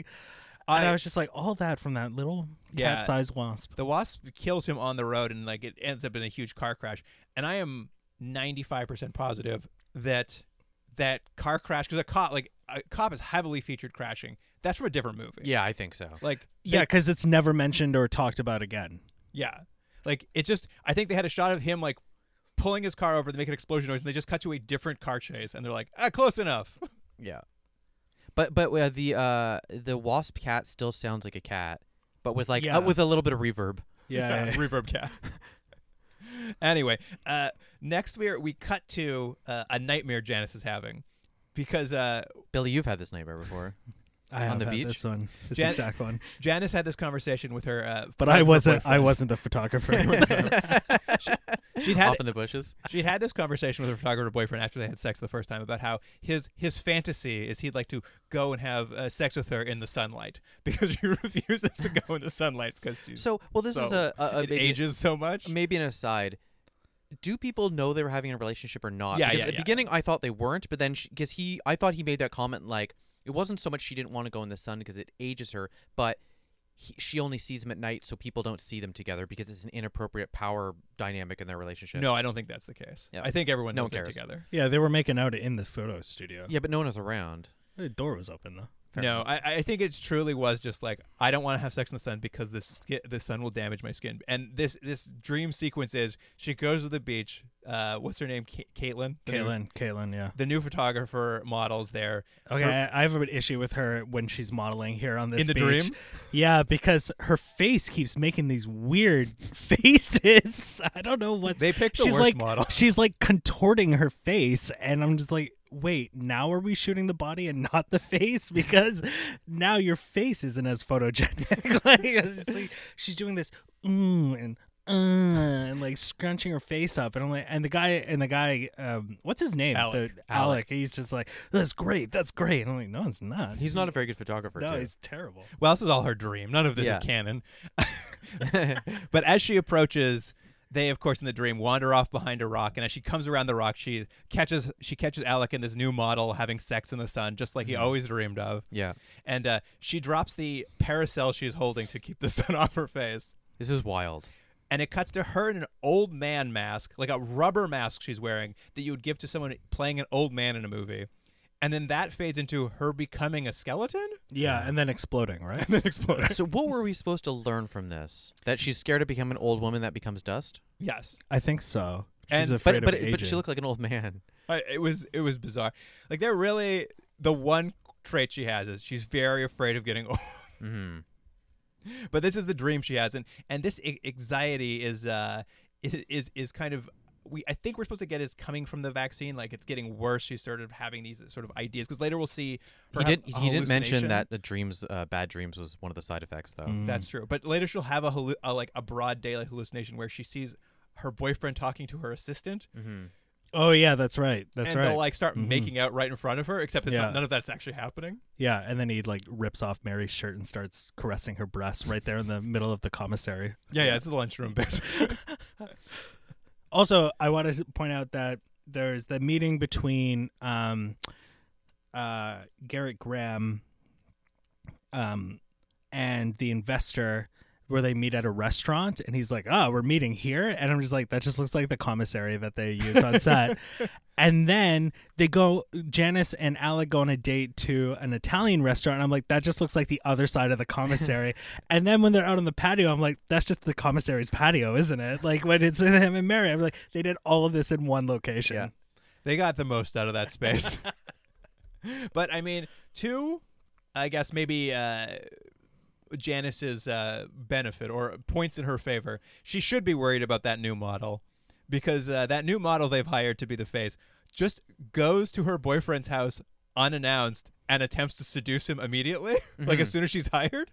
Speaker 6: and
Speaker 2: I-
Speaker 6: I was just like, all that from that little
Speaker 2: Yeah.
Speaker 6: cat-sized wasp.
Speaker 2: the wasp kills him on the road and like it ends up in a huge car crash and i am 95% positive that that car crash because a cop like a cop is heavily featured crashing that's from a different movie
Speaker 5: Yeah, I think so.
Speaker 2: like
Speaker 6: Yeah, because it's never mentioned or talked about again.
Speaker 2: yeah like it just i think they had a shot of him like pulling his car over to make an explosion noise and they just cut to a different car chase and they're like ah close enough
Speaker 5: Yeah. But but uh, the uh the wasp cat still sounds like a cat, but with like
Speaker 6: Yeah.
Speaker 5: uh, with a little bit of reverb.
Speaker 6: Yeah, yeah,
Speaker 2: reverb cat anyway uh next we are we cut to uh, a nightmare janice is having because uh
Speaker 5: Billy, you've had this nightmare before.
Speaker 6: I have
Speaker 5: On the
Speaker 6: had
Speaker 5: beach?
Speaker 6: This one, this
Speaker 2: Jan-
Speaker 6: exact one.
Speaker 2: Janice had this conversation with her, uh,
Speaker 6: But I
Speaker 2: her
Speaker 6: wasn't. I
Speaker 2: boyfriend.
Speaker 6: wasn't the photographer.
Speaker 2: She'd had
Speaker 5: Off in the bushes.
Speaker 2: she'd had this conversation with her photographer boyfriend after they had sex the first time about how his his fantasy is he'd like to go and have uh, sex with her in the sunlight because she refuses to go in the sunlight because she's
Speaker 5: So well, this is
Speaker 2: so-
Speaker 5: a, a, a
Speaker 2: it
Speaker 5: maybe,
Speaker 2: ages so much.
Speaker 5: maybe an aside. Do people know they were having a relationship or not?
Speaker 2: Yeah,
Speaker 5: because
Speaker 2: yeah,
Speaker 5: At the
Speaker 2: yeah.
Speaker 5: beginning, I thought they weren't, but then because he, I thought he made that comment like it wasn't so much she didn't want to go in the sun because it ages her, but he, she only sees him at night, so people don't see them together because it's an inappropriate power dynamic in their relationship.
Speaker 2: No, I don't think that's the case.
Speaker 5: Yeah.
Speaker 2: I think everyone
Speaker 5: No
Speaker 2: knows
Speaker 5: one
Speaker 2: they're
Speaker 5: cares.
Speaker 2: together.
Speaker 6: yeah, they were making out in the photo studio.
Speaker 5: Yeah, but no one is around.
Speaker 6: The door was open though.
Speaker 2: no, I, I think it truly was just like I don't want to have sex in the sun because the ski the sun will damage my skin. And this this dream sequence is she goes to the beach. Uh, what's her name? Ca- Caitlin. The new-
Speaker 6: Caitlin, Caitlin, yeah.
Speaker 2: the new photographer models there.
Speaker 6: Okay, I, I have an issue with her when she's modeling here on this
Speaker 2: In the
Speaker 6: beach.
Speaker 2: dream?
Speaker 6: Yeah, because her face keeps making these weird faces. I don't know what
Speaker 2: They picked the
Speaker 6: she's
Speaker 2: worst
Speaker 6: like.
Speaker 2: model.
Speaker 6: She's like contorting her face, and I'm just like, wait, now are we shooting the body and not the face? Because now your face isn't as photogenic. like, it's like, she's doing this mm, and uh, and like scrunching her face up, and I'm like, and the guy and the guy, um, what's his name?
Speaker 2: Alec.
Speaker 6: The, Alec. He's just like, that's great, that's great. And I'm like, no, it's not.
Speaker 5: He's not a very good photographer.
Speaker 6: no,
Speaker 5: too.
Speaker 6: he's terrible.
Speaker 2: Well, this is all her dream. None of this
Speaker 5: Yeah.
Speaker 2: is canon. but as she approaches, they of course in the dream wander off behind a rock, and as she comes around the rock, she catches she catches Alec and this new model having sex in the sun, just like he always dreamed of.
Speaker 5: Yeah.
Speaker 2: And uh, she drops the parasol she's holding to keep the sun off her face.
Speaker 5: This is wild.
Speaker 2: And it cuts to her in an old man mask, like a rubber mask she's wearing that you would give to someone playing an old man in a movie. And then that fades into her becoming a skeleton
Speaker 6: Yeah, and then exploding, right?
Speaker 2: and then explodes.
Speaker 5: So what were we supposed to learn from this? That she's scared to become an old woman that becomes dust?
Speaker 2: Yes.
Speaker 6: I think so. She's
Speaker 2: And-
Speaker 6: afraid
Speaker 5: but but,
Speaker 6: of
Speaker 5: but she
Speaker 6: aging.
Speaker 5: looked like an old man.
Speaker 2: I, it was it was bizarre. Like they're really the one trait she has is she's very afraid of getting old.
Speaker 5: Mm-hmm.
Speaker 2: But this is the dream she has, and and this a- anxiety is uh is is, is kind of. We, I think we're supposed to get is coming from the vaccine, like it's getting worse. She's sort of having these sort of ideas because later we'll see. her
Speaker 5: He
Speaker 2: have
Speaker 5: didn't
Speaker 2: a
Speaker 5: he didn't
Speaker 2: hallucination.
Speaker 5: mention
Speaker 2: Mm.
Speaker 5: that Mm. the dreams uh, bad dreams was one of the side effects though.
Speaker 2: That's true. But later she'll have a, hallu- a like a broad daylight hallucination where she sees her boyfriend talking to her assistant,
Speaker 6: Oh yeah, that's right. That's
Speaker 2: and
Speaker 6: right.
Speaker 2: they'll like
Speaker 5: Mm-hmm.
Speaker 2: start making out right in front of her. Except it's
Speaker 6: Yeah.
Speaker 2: not, none of that's actually happening.
Speaker 6: yeah, and then he like rips off Mary's shirt and starts caressing her breasts right there in the middle of the commissary.
Speaker 2: Yeah, yeah, it's the lunchroom bit.
Speaker 6: Also, I want to point out that there's the meeting between um, uh, Garrett Graham um, and the investor where they meet at a restaurant and he's like oh we're meeting here and i'm just like that just looks like the commissary that they used on set and then they go janice and alec go on a date to an italian restaurant and i'm like that just looks like the other side of the commissary and then when they're out on the patio i'm like that's just the commissary's patio isn't it like when it's him and mary i'm like they did all of this in one location
Speaker 5: Yeah.
Speaker 2: they got the most out of that space. but I mean, to I guess maybe uh, Janice's uh, benefit or points in her favor, she should be worried about that new model because uh, that new model they've hired to be the face just goes to her boyfriend's house unannounced and attempts to seduce him immediately, like as soon as she's hired.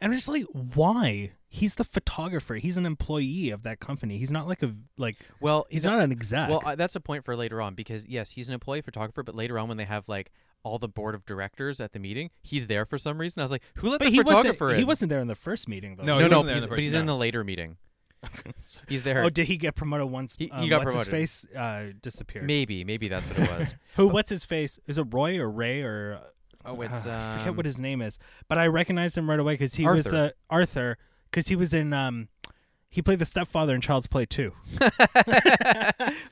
Speaker 6: And I'm just like, why? He's the photographer. He's an employee of that company. He's not like a like.
Speaker 5: Well,
Speaker 6: he's
Speaker 5: no-
Speaker 6: not an exec.
Speaker 5: Well, I, that's a point for later on because yes, he's an employee photographer, but later on when they have like all the board of directors at the meeting, he's there for some reason. I was like, who let
Speaker 6: but
Speaker 5: the
Speaker 6: he wasn't.
Speaker 5: photographer in?
Speaker 6: He wasn't there in the first meeting though.
Speaker 2: No,
Speaker 5: No,
Speaker 2: He
Speaker 5: no,
Speaker 2: wasn't there in
Speaker 5: he's-
Speaker 2: the
Speaker 5: but
Speaker 2: first-
Speaker 5: he's in
Speaker 2: no.
Speaker 5: the later meeting. he's there.
Speaker 6: Oh, did he get promoted once?
Speaker 5: He- he
Speaker 6: um,
Speaker 5: got
Speaker 6: what's
Speaker 5: promoted.
Speaker 6: His face uh, disappeared.
Speaker 5: maybe, maybe that's what it was.
Speaker 6: Who? What's his face? Is it Roy or Ray or?
Speaker 5: Oh, it's
Speaker 6: I forget what
Speaker 5: um,
Speaker 6: his name is, but I recognized him right away because he was
Speaker 5: Arthur.
Speaker 6: the Arthur because he was in um, he played the stepfather in Child's Play too.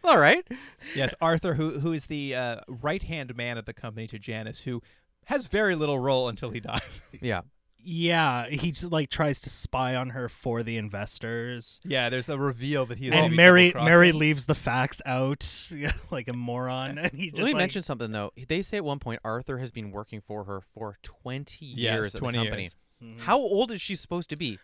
Speaker 5: all right.
Speaker 2: Yes, Arthur, who who is the uh, right hand man at the company to Janice, who has very little role until he dies.
Speaker 5: Yeah.
Speaker 6: Yeah, he just, like tries to spy on her for the investors.
Speaker 2: Yeah, there's a reveal that he is gonna
Speaker 6: and
Speaker 2: be
Speaker 6: Mary
Speaker 2: double-crossing.
Speaker 6: Mary leaves the facts out like a moron, and he just
Speaker 5: Let me
Speaker 6: like,
Speaker 5: mention something though. They say at one point Arthur has been working for her for twenty
Speaker 2: Yes,
Speaker 5: years at
Speaker 2: 20
Speaker 5: the company.
Speaker 2: years.
Speaker 5: How old is she supposed to be?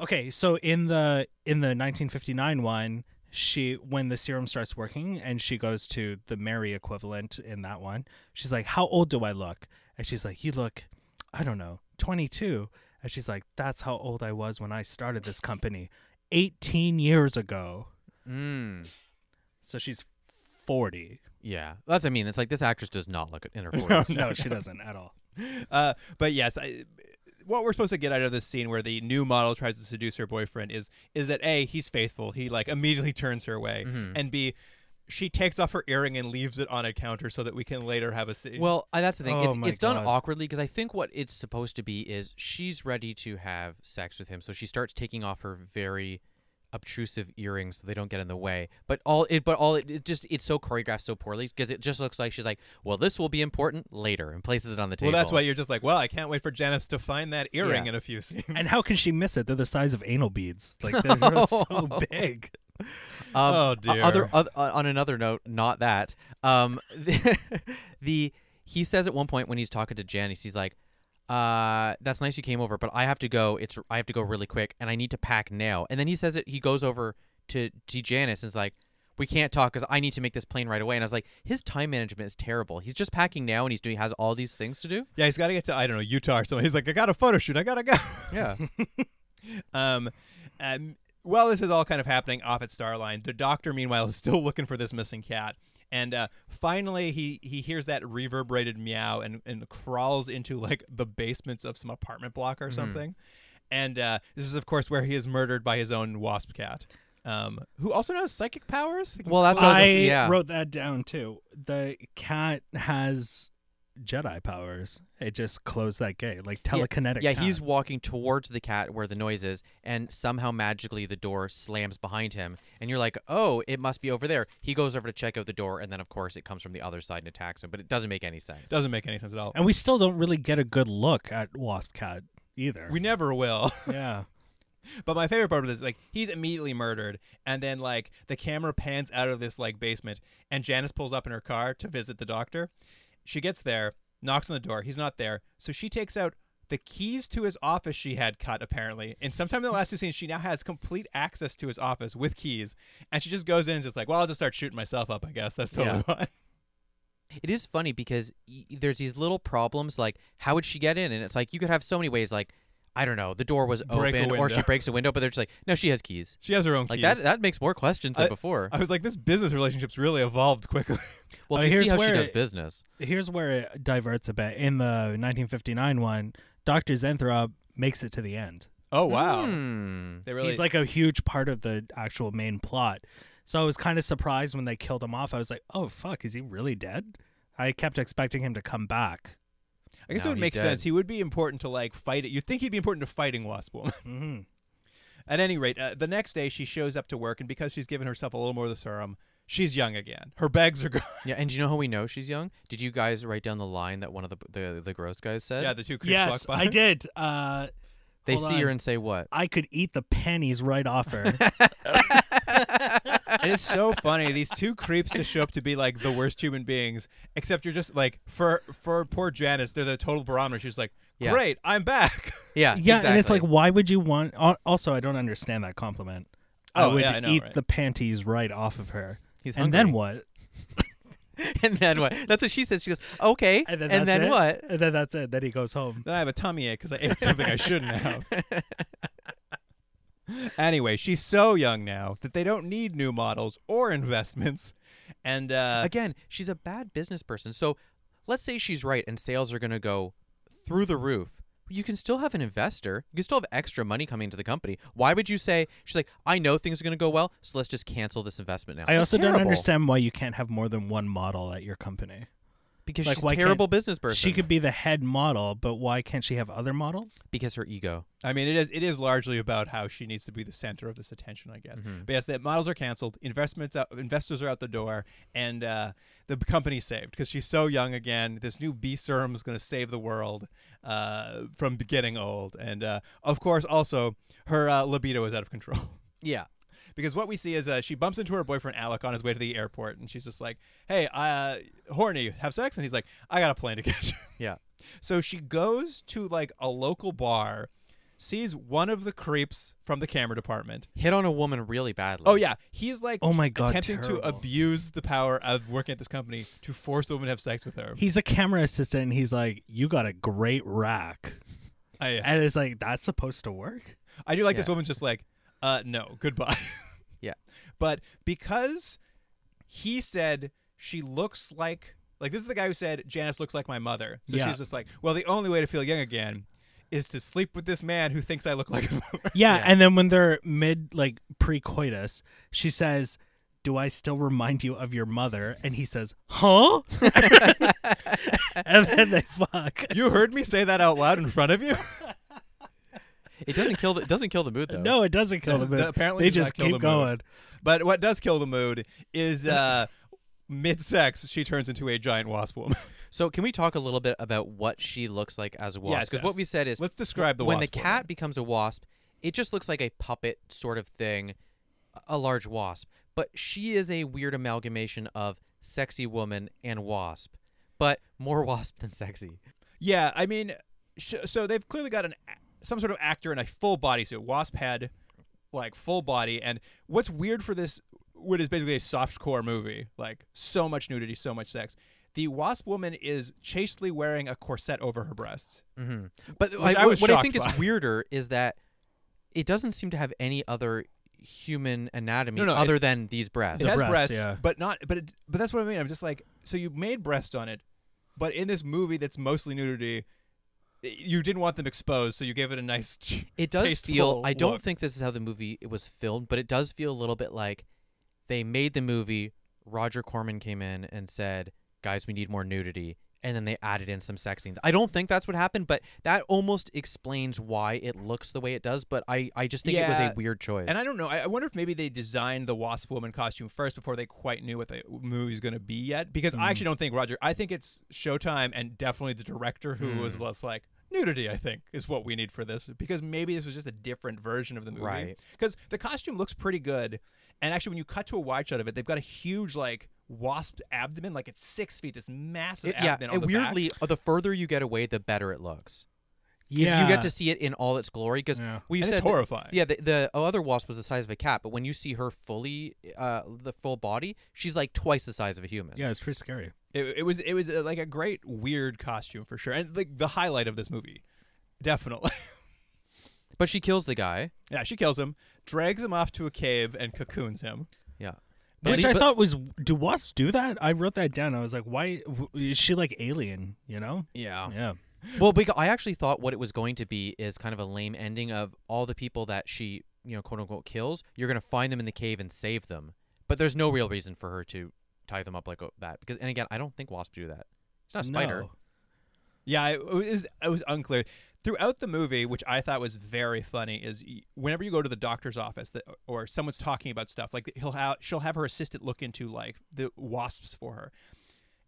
Speaker 6: okay. So in the in the 1959 one, she when the serum starts working, and she goes to the Mary equivalent in that one. She's like, "How old do I look?" And she's like, "You look, I don't know, 22." And she's like, "That's how old I was when I started this company, 18 years ago."
Speaker 5: Mm.
Speaker 6: So she's 40.
Speaker 5: Yeah, that's what I mean. It's like this actress does not look in her forties.
Speaker 6: No, she doesn't at all.
Speaker 2: Uh, but yes, I, what we're supposed to get out of this scene where the new model tries to seduce her boyfriend is is that a he's faithful. He like immediately turns her away, and b she takes off her earring and leaves it on a counter so that we can later have a scene.
Speaker 5: Well, I, that's the thing.
Speaker 6: Oh
Speaker 5: it's
Speaker 6: my
Speaker 5: it's done
Speaker 6: God.
Speaker 5: awkwardly because I think what it's supposed to be is she's ready to have sex with him, so she starts taking off her very obtrusive earrings so they don't get in the way. But all it, but all it, it just it's so choreographed so poorly because it just looks like she's like, well, this will be important later, and places it on the
Speaker 2: well,
Speaker 5: table.
Speaker 2: that's why you're just like, well, I can't wait for Janice to find that earring
Speaker 5: Yeah.
Speaker 2: in a few scenes.
Speaker 6: And how can she miss it? They're the size of anal beads. Like they're just so big.
Speaker 5: Um,
Speaker 2: Oh,
Speaker 5: o-
Speaker 2: dear.
Speaker 5: Other, oth- uh, on another note, not that. Um, the, he says at one point when he's talking to Janice, he's like, uh, "That's nice you came over, but I have to go. It's I have to go really quick, and I need to pack now." And then he says it. He goes over to to Janice and is like, we can't talk because I need to make this plane right away. And I was like, his time management is terrible. He's just packing now and he's doing has all these things to do.
Speaker 2: Yeah, he's got to get to I don't know Utah or something. He's like, I got a photo shoot. I gotta go.
Speaker 5: Yeah,
Speaker 2: um, um, while this is all kind of happening off at Starline, the doctor meanwhile is still looking for this missing cat, and uh, finally he he hears that reverberated meow and and crawls into like the basements of some apartment block or something, and uh, this is of course where he is murdered by his own wasp cat, um, who also has psychic powers.
Speaker 5: well that's what I, was,
Speaker 6: I
Speaker 5: yeah.
Speaker 6: wrote that down too. The cat has Jedi powers. It just closed that gate, like
Speaker 5: Yeah,
Speaker 6: telekinetic.
Speaker 5: Yeah,
Speaker 6: cat.
Speaker 5: he's walking towards the cat where the noise is, and somehow magically the door slams behind him, and you're like, "Oh, it must be over there." He goes over to check out the door, and then of course it comes from the other side and attacks him, but it doesn't make any sense.
Speaker 2: Doesn't make any sense at all.
Speaker 6: and we still don't really get a good look at Wasp Cat either.
Speaker 2: We never will.
Speaker 6: yeah,
Speaker 2: But my favorite part of this, like, he's immediately murdered, and then like the camera pans out of this like basement, and Janice pulls up in her car to visit the doctor. She gets there, knocks on the door. He's not there, so she takes out the keys to his office she had cut apparently. And sometime in the last two scenes, she now has complete access to his office with keys, and she just goes in and just like, well, I'll just start shooting myself up. I guess that's totally fine.
Speaker 5: It is funny because y- there's these little problems like how would she get in? And it's like you could have so many ways like I don't know, the door was
Speaker 2: Break a
Speaker 5: open or she
Speaker 2: window.
Speaker 5: breaks a window, but they're just like, "No, she has keys."
Speaker 2: She has her own
Speaker 5: Like
Speaker 2: keys.
Speaker 5: that that makes more questions than
Speaker 2: I-
Speaker 5: before.
Speaker 2: I was like, this business relationship's really evolved quickly.
Speaker 5: well,
Speaker 6: Oh,
Speaker 5: if you
Speaker 6: here's
Speaker 5: see how she
Speaker 6: where
Speaker 5: does
Speaker 6: it-
Speaker 5: business.
Speaker 6: here's where it diverts a bit. In the 1959 one, Doctor Zenthrop makes it to the end.
Speaker 2: oh wow,
Speaker 5: Hmm.
Speaker 2: they really
Speaker 6: He's like a huge part of the actual main plot. So I was kind of surprised when they killed him off. I was like, "Oh fuck, is he really dead?" I kept expecting him to come back.
Speaker 2: I guess it
Speaker 5: No,
Speaker 2: would
Speaker 5: he's
Speaker 2: make
Speaker 5: dead.
Speaker 2: sense. He would be important to like fight it. You'd think he'd be important to fighting Wasp Woman.
Speaker 5: Mm-hmm.
Speaker 6: hmm
Speaker 2: At any rate, uh, the next day she shows up to work, and because she's given herself a little more of the serum, she's young again. Her bags are gone.
Speaker 5: Yeah, and do you know how we know she's young? Did you guys write down the line that one of the the, the gross guys said?
Speaker 2: yeah, the two creeps
Speaker 6: Yes,
Speaker 2: walk by.
Speaker 6: I did. Uh,
Speaker 5: they
Speaker 6: hold
Speaker 5: see her
Speaker 6: on.
Speaker 5: and say what?
Speaker 6: I could eat the panties right off her.
Speaker 2: and it's so funny. These two creeps just show up to be like the worst human beings. Except you're just like for for poor Janice, they're the total barometer. She's like,
Speaker 5: Yeah.
Speaker 2: great, I'm back.
Speaker 5: Yeah,
Speaker 6: yeah, and it's
Speaker 5: exactly.
Speaker 6: like, why would you want? al- Also, I don't understand that compliment.
Speaker 2: Oh,
Speaker 6: I would
Speaker 2: yeah, I know,
Speaker 6: eat
Speaker 2: right?
Speaker 6: the panties right off of her.
Speaker 5: He's
Speaker 6: and then
Speaker 5: hungry.
Speaker 6: what?
Speaker 5: and then what? That's what she says. She goes, "Okay."
Speaker 6: And then,
Speaker 5: and
Speaker 6: that's
Speaker 5: then
Speaker 6: it?
Speaker 5: what?
Speaker 6: And then that's it. Then he goes home.
Speaker 2: then I have a tummy ache because I ate something I shouldn't have. anyway, she's so young now that they don't need new models or investments. And uh,
Speaker 5: Again, she's a bad business person. So, let's say she's right and sales are going to go through the roof. You can still have an investor. You can still have extra money coming into the company. Why would you say she's like, "I know things are going to go well, so let's just cancel this investment now."
Speaker 6: I
Speaker 5: That's
Speaker 6: also don't
Speaker 5: terrible,
Speaker 6: understand why you can't have more than one model at your company.
Speaker 5: because
Speaker 6: like,
Speaker 5: she's
Speaker 6: why
Speaker 5: a
Speaker 6: can't-
Speaker 5: terrible business person.
Speaker 6: She could be the head model, but why can't she have other models?
Speaker 5: because her ego.
Speaker 2: I mean, it is it is largely about how she needs to be the center of this attention, I guess. But yes, that models are canceled, investments out, investors are out the door, and uh, the company's saved because she's so young again. This new B serum is going to save the world uh, from getting old, and uh, of course, also her uh, libido is out of control.
Speaker 5: Yeah.
Speaker 2: Because what we see is uh, she bumps into her boyfriend Alec on his way to the airport, and she's just like, "Hey, uh, horny, have sex?" And he's like, "I got a plane to catch."
Speaker 5: Yeah.
Speaker 2: So she goes to like a local bar, sees one of the creeps from the camera department.
Speaker 5: Hit on a woman really badly.
Speaker 2: Oh yeah, he's like
Speaker 6: Oh my God,
Speaker 2: attempting to
Speaker 6: terrible.
Speaker 2: abuse the power of working at this company to force the woman to have sex with her.
Speaker 6: He's a camera assistant, and he's like, "You got a great rack,"
Speaker 2: I,
Speaker 6: and it's like that's supposed to work.
Speaker 2: I do like this
Speaker 5: Yeah.
Speaker 2: woman just like, uh, no, goodbye.
Speaker 5: Yeah.
Speaker 2: but because he said she looks like like this is the guy who said Janice looks like my mother. So
Speaker 6: Yeah.
Speaker 2: she's just like, well, the only way to feel young again is to sleep with this man who thinks I look like his mother.
Speaker 6: Yeah, and then when they're mid like pre-coitus, she says, "Do I still remind you of your mother?" And he says, "Huh?" and then they fuck.
Speaker 2: you heard me say that out loud in front of you.
Speaker 5: It doesn't kill the it doesn't kill the
Speaker 2: Uh,
Speaker 5: mood though.
Speaker 6: No, it doesn't kill the
Speaker 2: Does-
Speaker 6: mood.
Speaker 2: that apparently
Speaker 6: they
Speaker 2: does not
Speaker 6: just
Speaker 2: kill
Speaker 6: keep
Speaker 2: the mood.
Speaker 6: going.
Speaker 2: But what does kill the mood is uh, mid sex, she turns into a giant wasp woman.
Speaker 5: So can we talk a little bit about what she looks like as a wasp?
Speaker 2: Yes,
Speaker 5: Because what
Speaker 2: yes.
Speaker 5: we said is
Speaker 2: Let's describe the
Speaker 5: when
Speaker 2: wasp
Speaker 5: the
Speaker 2: woman.
Speaker 5: cat becomes a wasp, it just looks like a puppet sort of thing, a large wasp. But she is a weird amalgamation of sexy woman and wasp, but more wasp than sexy.
Speaker 2: Yeah, I mean, sh- so they've clearly got an a- some sort of actor in a full bodysuit, wasp head, like full body. And what's weird for this what is basically a softcore movie. Like so much nudity, so much sex. The wasp woman is chastely wearing a corset over her breasts.
Speaker 5: But
Speaker 2: Which
Speaker 5: I,
Speaker 2: I was
Speaker 5: what I
Speaker 2: shocked
Speaker 5: think
Speaker 2: by.
Speaker 5: is weirder is that it doesn't seem to have any other human anatomy
Speaker 2: No, no,
Speaker 5: other
Speaker 2: it-
Speaker 5: than these breasts.
Speaker 2: It has
Speaker 6: breasts,
Speaker 2: breasts,
Speaker 6: yeah.
Speaker 2: but not. But it, but that's what I mean. I'm just like, so you made breast on it, but in this movie that's mostly nudity, y- you didn't want them exposed, so you gave it a nice. t-
Speaker 5: It does feel.
Speaker 2: tasteful
Speaker 5: I don't
Speaker 2: look.
Speaker 5: think this is how the movie it was filmed, but it does feel a little bit like they made the movie. Roger Corman came in and said, "Guys, we need more nudity," and then they added in some sex scenes. I don't think that's what happened, but that almost explains why it looks the way it does. But I, I just think it was
Speaker 2: Yeah,
Speaker 5: a weird choice.
Speaker 2: And I don't know. I, I wonder if maybe they designed the Wasp Woman costume first before they quite knew what the movie's going to be yet. Because I
Speaker 5: Hmm.
Speaker 2: actually don't think Roger. I think it's Showtime and definitely the director
Speaker 5: Hmm.
Speaker 2: who was less like nudity. I think is what we need for this because maybe this was just a different version of the movie.
Speaker 5: Right.
Speaker 2: Because the costume looks pretty good, and actually when you cut to a wide shot of it, they've got a huge like wasp abdomen, like it's six feet. This massive
Speaker 5: It- yeah,
Speaker 2: abdomen. on
Speaker 5: it
Speaker 2: the back.
Speaker 5: weirdly, uh, the further you get away, the better it looks. 'Cause
Speaker 6: Yeah,
Speaker 5: you get to see it in all its glory. Because
Speaker 6: Yeah.
Speaker 5: we
Speaker 2: And
Speaker 5: said
Speaker 2: it's
Speaker 5: that-
Speaker 2: horrifying.
Speaker 5: yeah, the, the other wasp was the size of a cat, but when you see her fully, uh, the full body, she's like twice the size of a human.
Speaker 6: Yeah, it's pretty scary.
Speaker 2: It, it was it was uh, like a great weird costume for sure, and like the highlight of this movie, definitely.
Speaker 5: but she kills the guy.
Speaker 2: Yeah, she kills him, drags him off to a cave, and cocoons him.
Speaker 5: Yeah,
Speaker 6: Which
Speaker 5: le-
Speaker 6: I thought was, do wasps do that? I wrote that down. I was like, why w- is she like alien? You know?
Speaker 5: yeah.
Speaker 6: Yeah.
Speaker 5: Well, because I actually thought what it was going to be is kind of a lame ending of all the people that she, you know, quote unquote kills. You're gonna find them in the cave and save them, but there's no real reason for her to tie them up like o- that. Because, and again, I don't think wasps do that. It's not a spider.
Speaker 6: No.
Speaker 2: Yeah, it was, it was unclear. Throughout the movie, which I thought was very funny, is y- whenever you go to the doctor's office that, or someone's talking about stuff, like he'll have, she'll have her assistant look into like the wasps for her.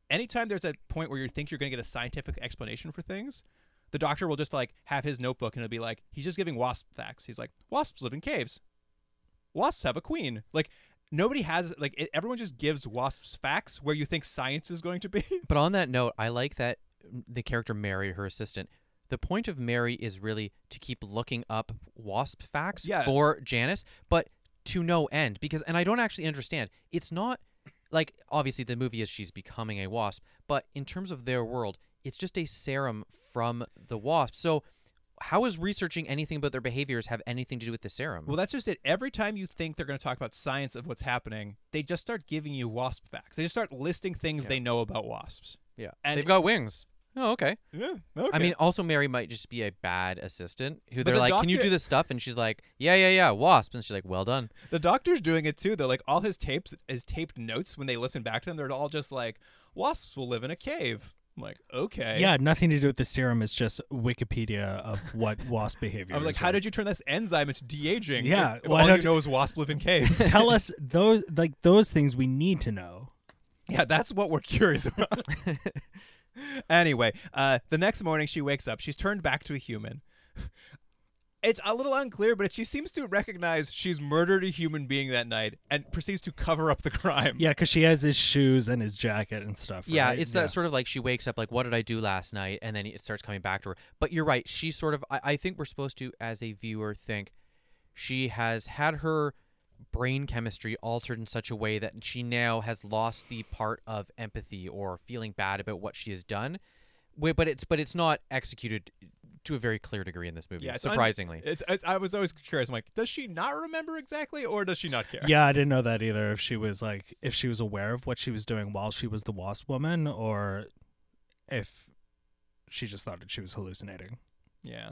Speaker 2: Anytime there's a point where you think you're going to get a scientific explanation for things, the doctor will just like have his notebook and it'll be like, he's just giving wasp facts. He's like, wasps live in caves. wasps have a queen. Like nobody has like it, everyone just gives wasps facts where you think science is going to be.
Speaker 5: But on that note, I like that the character Mary, her assistant. The point of Mary is really to keep looking up wasp facts
Speaker 2: Yeah.
Speaker 5: for Janice, but to no end. Because, and I don't actually understand. It's not like obviously the movie is she's becoming a wasp, but in terms of their world, it's just a serum from the wasp. So, how is researching anything about their behaviors have anything to do with the serum?
Speaker 2: Well, that's just it. Every time you think they're going to talk about science of what's happening, they just start giving you wasp facts. They just start listing things they know about wasps.
Speaker 5: yeah,
Speaker 2: and-
Speaker 5: they've got wings. Oh, okay.
Speaker 2: Yeah.
Speaker 5: I mean, also Mary might just be a bad assistant who
Speaker 2: But
Speaker 5: they're
Speaker 2: the
Speaker 5: like, "Can you
Speaker 2: doctor-
Speaker 5: do this stuff?" And she's like, "Yeah, yeah, yeah, wasp." And she's like, "Well done."
Speaker 2: the doctor's doing it too, though. Like all his tapes, his taped notes, when they listen back to them, they're all just like, wasps will live in a cave. I'm like, okay.
Speaker 6: Yeah, nothing to do with the serum. It's just Wikipedia of what wasp behavior.
Speaker 2: I'm like,
Speaker 6: is
Speaker 2: how did you turn this enzyme into de aging?
Speaker 6: Yeah,
Speaker 2: If
Speaker 6: well, I
Speaker 2: all you
Speaker 6: don't-
Speaker 2: know is wasp live in cave.
Speaker 6: tell us those like those things we need to know.
Speaker 2: Yeah, that's what we're curious about. anyway, uh, the next morning she wakes up. She's turned back to a human. It's a little unclear, but she seems to recognize she's murdered a human being that night and proceeds to cover up the crime.
Speaker 6: Yeah, because she has his shoes and his jacket and stuff.
Speaker 5: Yeah,
Speaker 6: right?
Speaker 5: it's that sort of like she wakes up like, "What did I do last night?" And then it starts coming back to her. But you're right. She sort of. I, I think we're supposed to, as a viewer, think she has had her brain chemistry altered in such a way that she now has lost the part of empathy or feeling bad about what she has done. Wh- But it's but it's not executed to a very clear degree in this movie.
Speaker 2: Yeah, it's un-
Speaker 5: surprisingly.
Speaker 2: it's, it's, I was always curious. I'm like, does she not remember exactly, or does she not care?
Speaker 6: Yeah, I didn't know that either. If she was like, if she was aware of what she was doing while she was the wasp woman, or if she just thought that she was hallucinating.
Speaker 2: Yeah.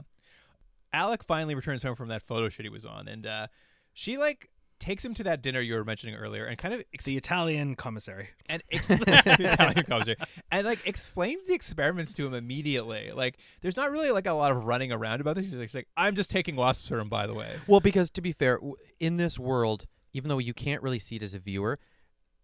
Speaker 2: Alec finally returns home from that photo shoot he was on, and uh, she like takes him to that dinner you were mentioning earlier, and kind of ex-
Speaker 6: The Italian commissary.
Speaker 2: and ex- Italian culture, and like explains the experiments to him immediately. Like, there's not really like a lot of running around about this. She's like, she's like, I'm just taking wasp serum, by the way.
Speaker 5: Well, because to be fair, w- in this world, even though you can't really see it as a viewer,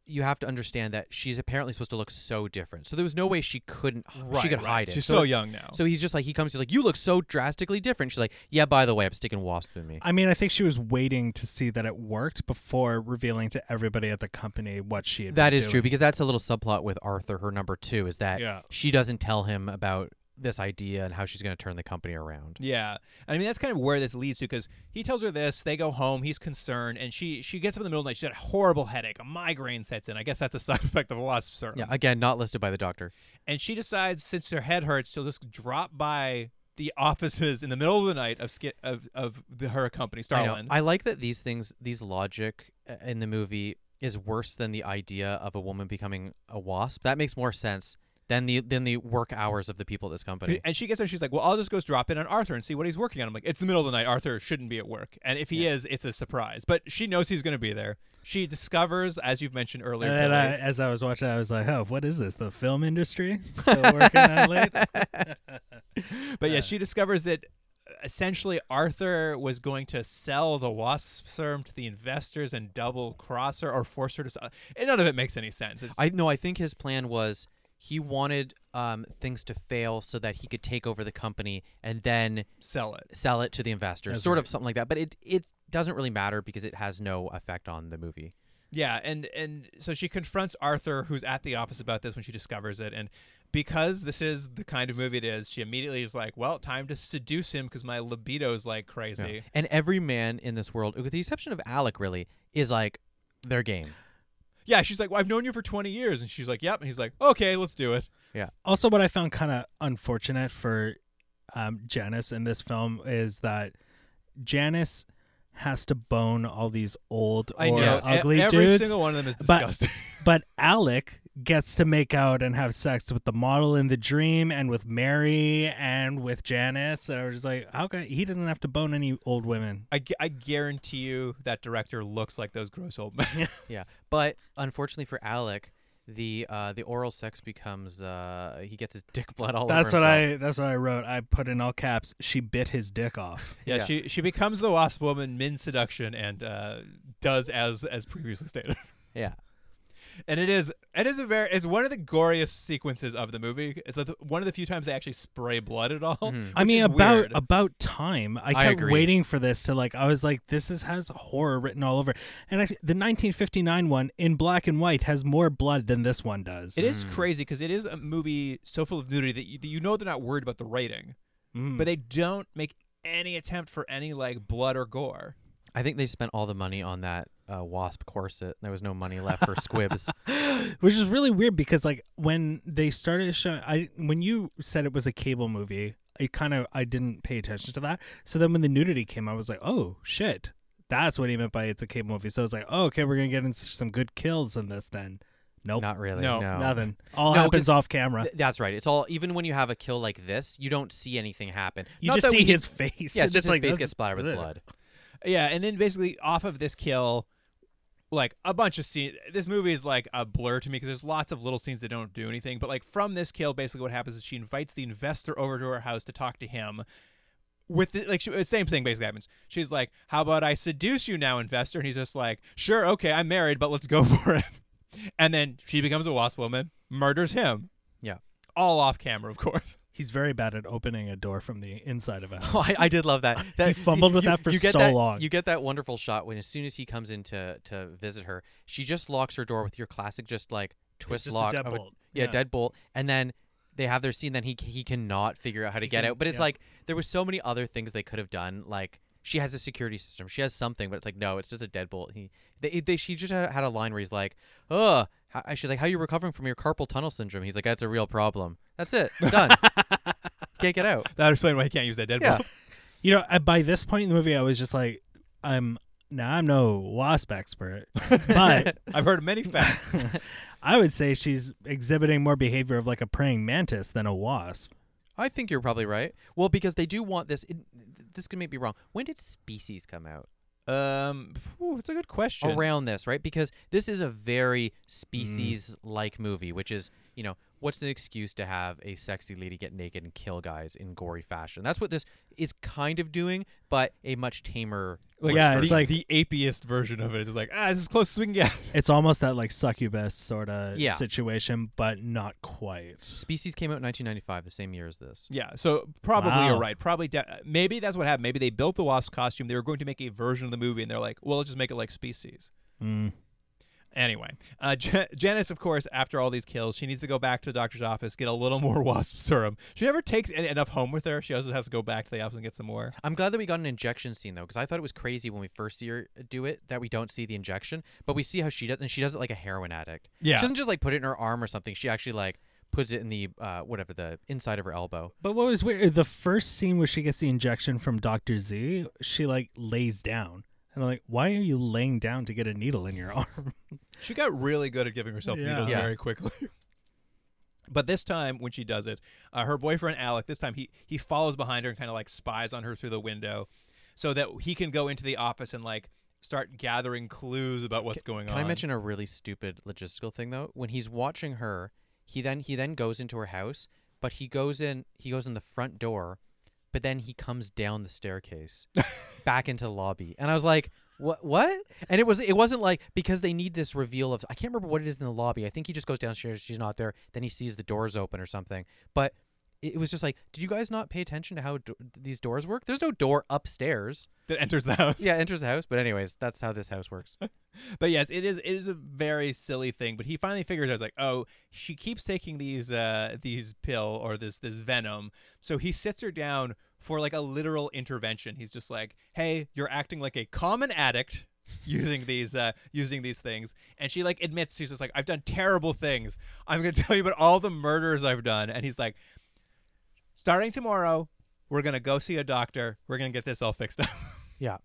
Speaker 5: you have to understand that she's apparently supposed to look so different. So there was no way she couldn't h- she could hide it.
Speaker 2: She's
Speaker 5: so
Speaker 2: so
Speaker 5: it's-
Speaker 2: young now.
Speaker 5: So he's just like he comes he's like you look so drastically different. She's like, "Yeah, by the way, I'm sticking wasps in me."
Speaker 6: I mean, I think she was waiting to see that it worked before revealing to everybody at the company what she had.
Speaker 5: That
Speaker 6: been
Speaker 5: is true
Speaker 6: doing.
Speaker 5: because that's a little subplot with Arthur, her number 2, is that
Speaker 6: Yeah.
Speaker 5: she doesn't tell him about this idea and how she's going to turn the company around.
Speaker 2: Yeah, I mean that's kind of where this leads to because he tells her this. They go home. He's concerned, and she she gets up in the middle of the night. She's got a horrible headache. A migraine sets in. I guess that's a side effect of wasp serum.
Speaker 5: Yeah, again, not listed by the doctor.
Speaker 2: and she decides since her head hurts, she'll just drop by the offices in the middle of the night of Ski of of the, her company,
Speaker 5: I know.
Speaker 2: Starland.
Speaker 5: I like that these things, these logic uh, in the movie is worse than the idea of a woman becoming a wasp. That makes more sense than the than the work hours of the people at this company.
Speaker 2: and she gets there. She's like, "Well, I'll just go drop in on Arthur and see what he's working on." I'm like, "It's the middle of the night. Arthur shouldn't be at work, and if he is, it's a surprise." But she knows he's going to be there. She discovers, as you've mentioned earlier,
Speaker 6: And then
Speaker 2: Billy,
Speaker 6: I, as I was watching, I was like, "Oh, what is this? The film industry still working out late?"
Speaker 2: But yeah, she discovers that uh, essentially Arthur was going to sell the wasp serum to the investors and double cross her or force her to sell. And none of it makes any sense. It's,
Speaker 5: I no, I think his plan was he wanted um, things to fail so that he could take over the company and then
Speaker 2: sell it.
Speaker 5: sell it to the investors, sort of something like that. But it it doesn't really matter because it has no effect on the movie.
Speaker 2: Yeah, and and so she confronts Arthur, who's at the office about this when she discovers it, and because this is the kind of movie it is, she immediately is like, "Well, time to seduce him because my libido's like crazy."
Speaker 5: And every man in this world, with the exception of Alec, really is like their game.
Speaker 2: Yeah, she's like, well, "I've known you for twenty years," and she's like, "Yep," and he's like, "Okay, let's do it."
Speaker 6: also, what I found kind of unfortunate for um, Janice in this film is that Janice has to bone all these old
Speaker 2: I
Speaker 6: or
Speaker 2: know E-
Speaker 6: ugly
Speaker 2: every
Speaker 6: dudes.
Speaker 2: single one of them is
Speaker 6: but-
Speaker 2: disgusting.
Speaker 6: But Alec gets to make out and have sex with the model in the dream and with Mary and with Janice. And I was just like, how could he doesn't have to bone any old women?
Speaker 2: I, gu- I guarantee you that director looks like those gross old men.
Speaker 5: Yeah, but unfortunately for Alec, the uh, the oral sex becomes uh, he gets his dick blood all
Speaker 6: That's
Speaker 5: over.
Speaker 6: what
Speaker 5: himself.
Speaker 6: I that's what I wrote. I put in all caps, she bit his dick off.
Speaker 2: yeah,
Speaker 5: Yeah.
Speaker 2: she she becomes the wasp woman, min seduction, and uh, does as as previously stated.
Speaker 5: Yeah,
Speaker 2: And it is it is a very it's one of the goriest sequences of the movie. It's the, one of the few times they actually spray blood at all.
Speaker 6: I
Speaker 2: which
Speaker 6: mean,
Speaker 2: is
Speaker 6: about
Speaker 2: weird.
Speaker 6: about time. I
Speaker 5: I
Speaker 6: kept
Speaker 5: agree.
Speaker 6: waiting for this to like. I was like, this is has horror written all over. And actually, the 1959 one in black and white has more blood than this one does.
Speaker 2: It is crazy because it is a movie so full of nudity that you, that you know they're not worried about the rating,
Speaker 6: Mm.
Speaker 2: but they don't make any attempt for any like blood or gore.
Speaker 5: I think they spent all the money on that uh, wasp corset. There was no money left for squibs.
Speaker 6: which is really weird because like when they started showing i when you said it was a cable movie it kind of i didn't pay attention to that so then when the nudity came i was like oh shit that's what he meant by it's a cable movie so i was like oh, okay we're gonna get into some good kills in this then nope
Speaker 5: Not really.
Speaker 2: No,
Speaker 6: nothing all
Speaker 5: No, 'cause-
Speaker 6: happens off camera
Speaker 5: Th- That's right. It's all even when you have a kill like this, you don't see anything happen.
Speaker 6: you
Speaker 5: Not
Speaker 6: just
Speaker 5: that
Speaker 6: see
Speaker 5: we-
Speaker 6: his face
Speaker 5: Yeah,
Speaker 6: and
Speaker 5: it's just his
Speaker 6: like
Speaker 5: face
Speaker 6: this
Speaker 5: gets
Speaker 6: is-
Speaker 5: splattered with
Speaker 6: bleh.
Speaker 5: blood.
Speaker 2: Yeah, and then basically off of this kill, like a bunch of scenes. This movie is like a blur to me because there's lots of little scenes that don't do anything. But like from this kill, basically what happens is she invites the investor over to her house to talk to him. With the, like she, the same thing basically happens. She's like, "How about I seduce you now, investor?" And he's just like, "Sure, okay, I'm married, but let's go for it." And then she becomes a wasp woman, murders him,
Speaker 5: Yeah.
Speaker 2: all off camera, of course.
Speaker 6: he's very bad at opening a door from the inside of a
Speaker 5: Oh,
Speaker 6: house
Speaker 5: I, I did love that. that
Speaker 6: He fumbled with that for
Speaker 5: get
Speaker 6: so
Speaker 5: that-
Speaker 6: long.
Speaker 5: You get that wonderful shot when as soon as he comes in to, to visit her, she just locks her door with your classic just like twist
Speaker 6: just a
Speaker 5: lock. of
Speaker 6: deadbolt.
Speaker 5: yeah,
Speaker 6: Yeah.
Speaker 5: deadbolt. And then they have their scene. Then he he cannot figure out how to get
Speaker 6: can-
Speaker 5: out. But it's
Speaker 6: Mm-hmm. yeah.
Speaker 5: like there was so many other things they could have done. Like she has a security system. She has something, but it's like no, it's just a deadbolt. He they, they she just had had a line where he's like, oh. how- She's like, "How are you recovering from your carpal tunnel syndrome?" He's like, "That's a real problem. That's it. Done. Can't get out."
Speaker 2: That explains why he can't use that deadbolt.
Speaker 5: Yeah.
Speaker 6: You know, I, by this point in the movie, I was just like, I'm now I'm no wasp expert, but
Speaker 2: I've heard many facts.
Speaker 6: I would say she's exhibiting more behavior of like a praying mantis than a wasp.
Speaker 5: I think you're probably right. Well, because they do want this. It, th- this could make me wrong. When did Species come out?
Speaker 2: um, phew, it's a good question.
Speaker 5: Around this, right? Because this is a very Species-like movie, which is, you know, what's an excuse to have a sexy lady get naked and kill guys in gory fashion? That's what this is kind of doing, but a much tamer.
Speaker 2: Like,
Speaker 6: Yeah,
Speaker 2: the,
Speaker 6: it's like-
Speaker 2: the apiest version of it. It's like ah, this is as close as we can get.
Speaker 6: It's almost that like succubus sort of
Speaker 5: Yeah.
Speaker 6: situation, but not quite.
Speaker 5: Species came out in 1995, the same year as this.
Speaker 2: Yeah, so probably you're
Speaker 6: Wow.
Speaker 2: right. Probably de- uh, maybe that's what happened. Maybe they built Hmm. the wasp costume. They were going to make a version of the movie, and they're like, well, let's just make it like Species.
Speaker 6: Mm.
Speaker 2: Anyway, uh, Ja- Janice, of course, after all these kills, she needs to go back to the doctor's office, get a little more wasp serum. She never takes en- enough home with her. She also has to go back to the office and get some more.
Speaker 5: I'm glad that we got an injection scene though, because I thought it was crazy when we first see her uh, do it that we don't see the injection, but we see how she does, and she does it like a heroin addict.
Speaker 2: Yeah.
Speaker 5: she doesn't just like put it in her arm or something. She actually like puts it in the uh, whatever the inside of her elbow.
Speaker 6: But what was weird, the first scene where she gets the injection from Dr. Z, she like lays down. And I'm like, why are you laying down to get a needle in your arm?
Speaker 2: She got really good at giving herself
Speaker 6: Yeah.
Speaker 2: needles
Speaker 5: Yeah.
Speaker 2: very quickly. But this time, when she does it, uh, her boyfriend Alec. This time, he he follows behind her and kind of like spies on her through the window, so that he can go into the office and like start gathering clues about what's going
Speaker 5: Can
Speaker 2: on.
Speaker 5: I mention a really stupid logistical thing though? When he's watching her, he then he then goes into her house, but he goes in he goes in the front door, but then he comes down the staircase back into the lobby. And I was like, "What what?" And it was it wasn't like because they need this reveal of I can't remember what it is in the lobby. I think he just goes downstairs, she's not there, then he sees the doors open or something. But it it was just like, did you guys not pay attention to how do- these doors work? There's no door upstairs.
Speaker 2: that enters the house?
Speaker 5: Yeah, it enters the house, but anyways, that's how this house works.
Speaker 2: But yes, it is it is a very silly thing. But he finally figures out like, oh, she keeps taking these uh these pill or this this venom. So he sits her down for like a literal intervention. He's just like, hey, you're acting like a common addict using these uh using these things. And she like admits she's just like, I've done terrible things. I'm gonna tell you about all the murders I've done. And he's like, starting tomorrow, we're gonna go see a doctor. We're gonna get this all fixed up.
Speaker 5: Yeah.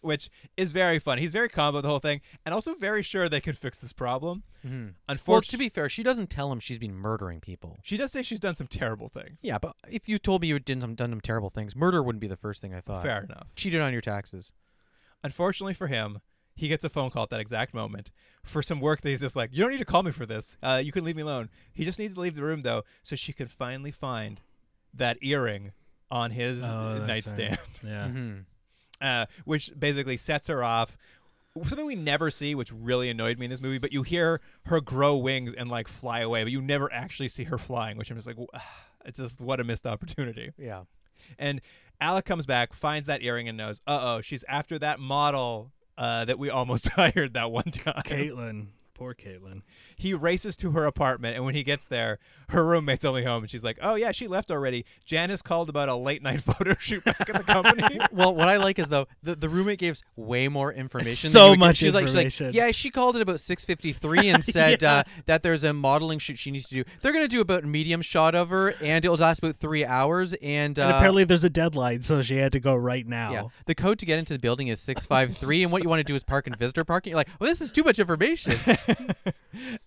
Speaker 2: which is very fun. He's very calm about the whole thing, and also very sure they can fix this problem.
Speaker 5: Mm-hmm. Well, to
Speaker 2: Unfortunately,
Speaker 5: be fair, she doesn't tell him she's been murdering people.
Speaker 2: she does say she's done some terrible things.
Speaker 5: Yeah, but if you told me you had done some, done some terrible things, murder wouldn't be the first thing I thought.
Speaker 2: Fair enough.
Speaker 5: Cheated on your taxes.
Speaker 2: Unfortunately for him, he gets a phone call at that exact moment for some work that he's just like, "You don't need to call me for this. Uh, you can leave me alone." He just needs to leave the room though, so she can finally find that earring on his
Speaker 5: Oh,
Speaker 2: uh, nightstand.
Speaker 6: Yeah.
Speaker 2: uh, which basically sets her off. Something we never see, which really annoyed me in this movie, but you hear her grow wings and like fly away, but you never actually see her flying, which I'm just like, it's just what a missed opportunity.
Speaker 5: Yeah.
Speaker 2: And Alec comes back, finds that earring, and knows, uh oh, she's after that model uh, that we almost hired that one time.
Speaker 6: Caitlin. Poor Caitlin.
Speaker 2: He races to her apartment, and when he gets there, her roommate's only home, and she's like, oh yeah, she left already. Janice called about a late night photo shoot back at the company.
Speaker 5: Well, what I like is though the, the roommate gives way more information. than
Speaker 6: So
Speaker 5: you would get.
Speaker 6: much
Speaker 5: she's Like, she's
Speaker 6: information.
Speaker 5: like, yeah, she called it about six fifty three and said uh, that there's a modeling shoot she needs to do. They're gonna do about a medium shot of her, and it'll last about three hours. And, uh,
Speaker 6: and apparently there's a deadline, so she had to go right now.
Speaker 5: Yeah. The code to get into the building is 653, and what you want to do is park in visitor parking. You're like, well, this is too much information.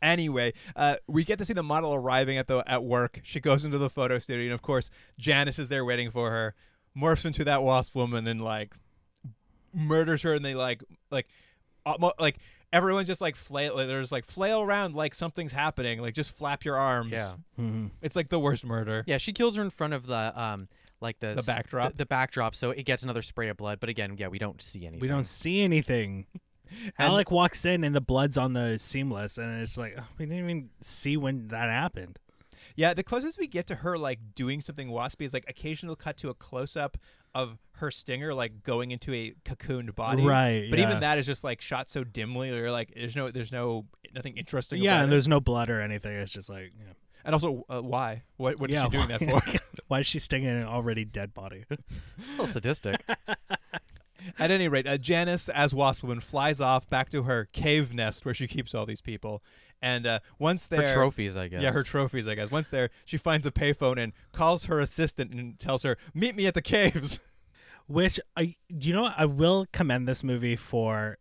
Speaker 2: anyway, uh, we get to see the model arriving at the at work. She goes into the photo studio, and of course, Janice is there waiting for her. Morphs into that wasp woman and like murders her, and they like like almo- like everyone just like flail. like, There's like flail around like something's happening. Like just flap your arms.
Speaker 5: Yeah.
Speaker 2: it's like the worst murder.
Speaker 5: Yeah, she kills her in front of the um like the,
Speaker 2: The
Speaker 5: s-
Speaker 2: backdrop?
Speaker 5: The, the backdrop, so it gets another spray of blood. But again, yeah, we don't see anything.
Speaker 6: We don't see anything. Alec walks in and the blood's on the seamless, and it's like, oh, we didn't even see when that happened.
Speaker 2: Yeah, the closest we get to her like doing something waspy is like occasional cut to a close up of her stinger like going into a cocooned body.
Speaker 6: Right,
Speaker 2: But even
Speaker 6: yeah.
Speaker 2: that is just like shot so dimly. You're like, there's no, there's no, nothing interesting.
Speaker 6: Yeah,
Speaker 2: about
Speaker 6: and
Speaker 2: it.
Speaker 6: there's no blood or anything. It's just like, yeah.
Speaker 2: and also uh, why? What what is
Speaker 6: yeah,
Speaker 2: she doing that
Speaker 6: why-
Speaker 2: for?
Speaker 6: why is she stinging an already dead body?
Speaker 5: A little sadistic.
Speaker 2: At any rate, uh, Janice as Wasp Woman flies off back to her cave nest where she keeps all these people, and uh, once
Speaker 5: Her
Speaker 2: they're
Speaker 5: trophies, I guess.
Speaker 2: Yeah, her trophies, I guess. Once there, she finds a payphone and calls her assistant and tells her, "Meet me at the caves."
Speaker 6: Which I, you know, what? I will commend this movie for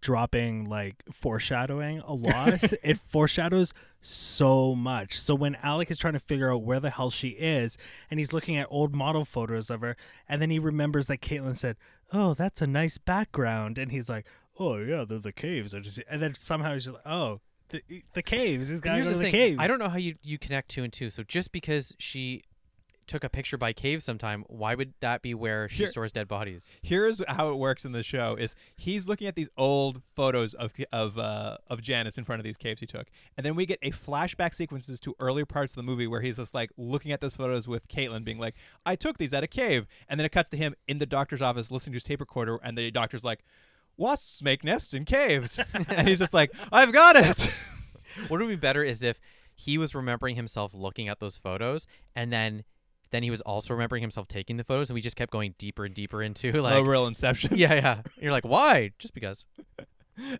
Speaker 6: dropping like foreshadowing a lot. it foreshadows so much. So when Alec is trying to figure out where the hell she is, and he's looking at old model photos of her, and then he remembers that Caitlin said, "Oh, that's a nice background," and he's like, "Oh yeah, they're the caves," or just, and then somehow he's just like, "Oh." The, the caves. He's got to
Speaker 5: Here's
Speaker 6: go to
Speaker 5: the
Speaker 6: the
Speaker 5: thing.
Speaker 6: caves.
Speaker 5: I don't know how you you connect two and two. So just because she took a picture by cave sometime, why would that be where she
Speaker 2: Here-
Speaker 5: stores dead bodies?
Speaker 2: here's how it works in the show is he's looking at these old photos of of uh, of Janice in front of these caves he took and then we get a flashback sequences to earlier parts of the movie where he's just like looking at those photos with Caitlin being like I took these at a cave and then it cuts to him in the doctor's office listening to his tape recorder and the doctor's like wasps make nests in caves, and he's just like, I've got it.
Speaker 5: What would be better is if he was remembering himself looking at those photos, and then then he was also remembering himself taking the photos, and we just kept going deeper and deeper into like,
Speaker 6: Oh,
Speaker 2: no real inception.
Speaker 5: yeah, yeah. And you're like, why? Just because.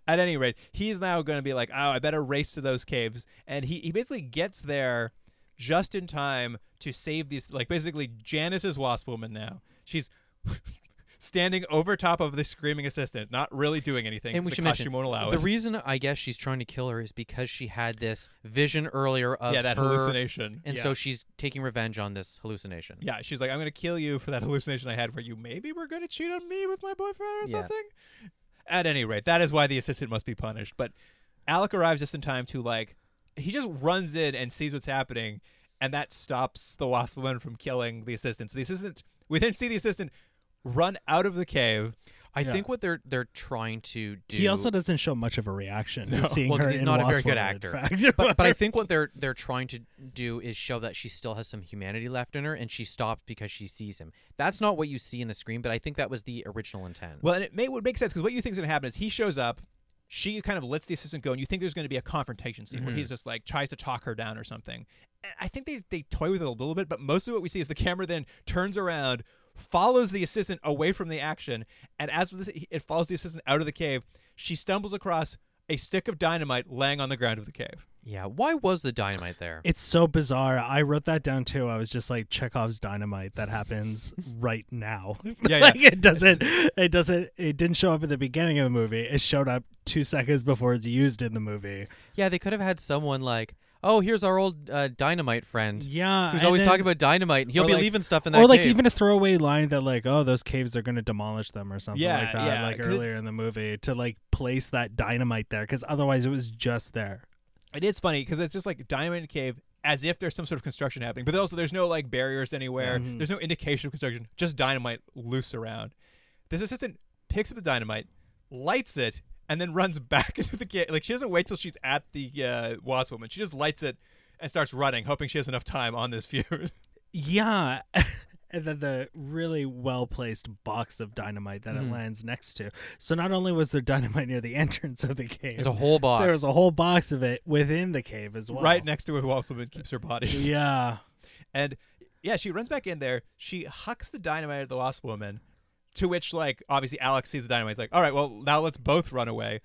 Speaker 2: At any rate, he's now going to be like, oh, I better race to those caves. And he, he basically gets there just in time to save these. Like, basically, Janice is Wasp Woman now. She's standing over top of the screaming assistant, not really doing anything. 'cause the costume won't allow
Speaker 5: the
Speaker 2: it.
Speaker 5: reason I guess she's trying to kill her is because she had this vision earlier of
Speaker 2: yeah, that
Speaker 5: her-
Speaker 2: hallucination.
Speaker 5: and so she's taking revenge on this hallucination.
Speaker 2: Yeah, she's like, I'm gonna kill you for that hallucination I had where you maybe were gonna cheat on me with my boyfriend or
Speaker 5: Yeah.
Speaker 2: something. At any rate, that is why the assistant must be punished. But Alec arrives just in time to like he just runs in and sees what's happening, and that stops the wasp woman from killing the assistant. So the assistant we then see the assistant run out of the cave.
Speaker 5: I think what they're they're trying to do.
Speaker 6: He also doesn't show much of a reaction to seeing
Speaker 5: well,
Speaker 6: her.
Speaker 5: 'cause he's
Speaker 6: in
Speaker 5: not a very
Speaker 6: Wasp
Speaker 5: good
Speaker 6: Woman, in
Speaker 5: actor.
Speaker 6: fact.
Speaker 5: but but I think what they're they're trying to do is show that she still has some humanity left in her, and she stops because she sees him. That's not what you see in the screen, but I think that was the original intent.
Speaker 2: Well, and it may would make sense because what you think is gonna happen is he shows up. She kind of lets the assistant go, and you think there's going to be a confrontation scene where he's just like tries to talk her down or something. And I think they, they toy with it a little bit, but mostly what we see is the camera then turns around, follows the assistant away from the action, and as with this, it follows the assistant out of the cave, she stumbles across a stick of dynamite laying on the ground of the cave.
Speaker 5: yeah, why was the dynamite there?
Speaker 6: It's so bizarre. I wrote that down too. I was just like Chekhov's dynamite that happens right now.
Speaker 2: Yeah,
Speaker 6: like
Speaker 2: yeah.
Speaker 6: it doesn't it doesn't it didn't show up at the beginning of the movie. It showed up 2 seconds before it's used in the movie.
Speaker 5: yeah, they could have had someone like, oh, here's our old uh, dynamite friend.
Speaker 6: Yeah.
Speaker 5: who's
Speaker 6: and
Speaker 5: always
Speaker 6: then-
Speaker 5: talking about dynamite. and He'll
Speaker 2: or
Speaker 5: be
Speaker 2: like-
Speaker 5: leaving stuff in that
Speaker 6: or like
Speaker 5: cave.
Speaker 6: even a throwaway line that like oh those caves are going to demolish them or something
Speaker 2: Yeah,
Speaker 6: like that
Speaker 2: yeah,
Speaker 6: like
Speaker 2: 'cause it-
Speaker 6: earlier in the movie to like place that dynamite there cuz otherwise it was just there.
Speaker 2: It is funny because it's just like dynamite in a cave as if there's some sort of construction happening, but also there's no like barriers anywhere. There's no indication of construction, just dynamite loose around. This assistant picks up the dynamite, lights it, and then runs back into the cave. Like she doesn't wait till she's at the uh, wasp woman. She just lights it and starts running, hoping she has enough time on this fuse.
Speaker 6: Yeah. and then the really well placed box of dynamite that
Speaker 5: Mm-hmm.
Speaker 6: it lands next to. So not only was there dynamite near the entrance of the cave,
Speaker 5: There's a whole box.
Speaker 6: there was a whole box of it within the cave as well.
Speaker 2: Right next to where the wasp woman keeps her bodies.
Speaker 6: Yeah.
Speaker 2: And yeah, she runs back in there. She hucks the dynamite at the wasp woman, to which, like, obviously Alex sees the dynamite. He's like, all right, well, now let's both run away.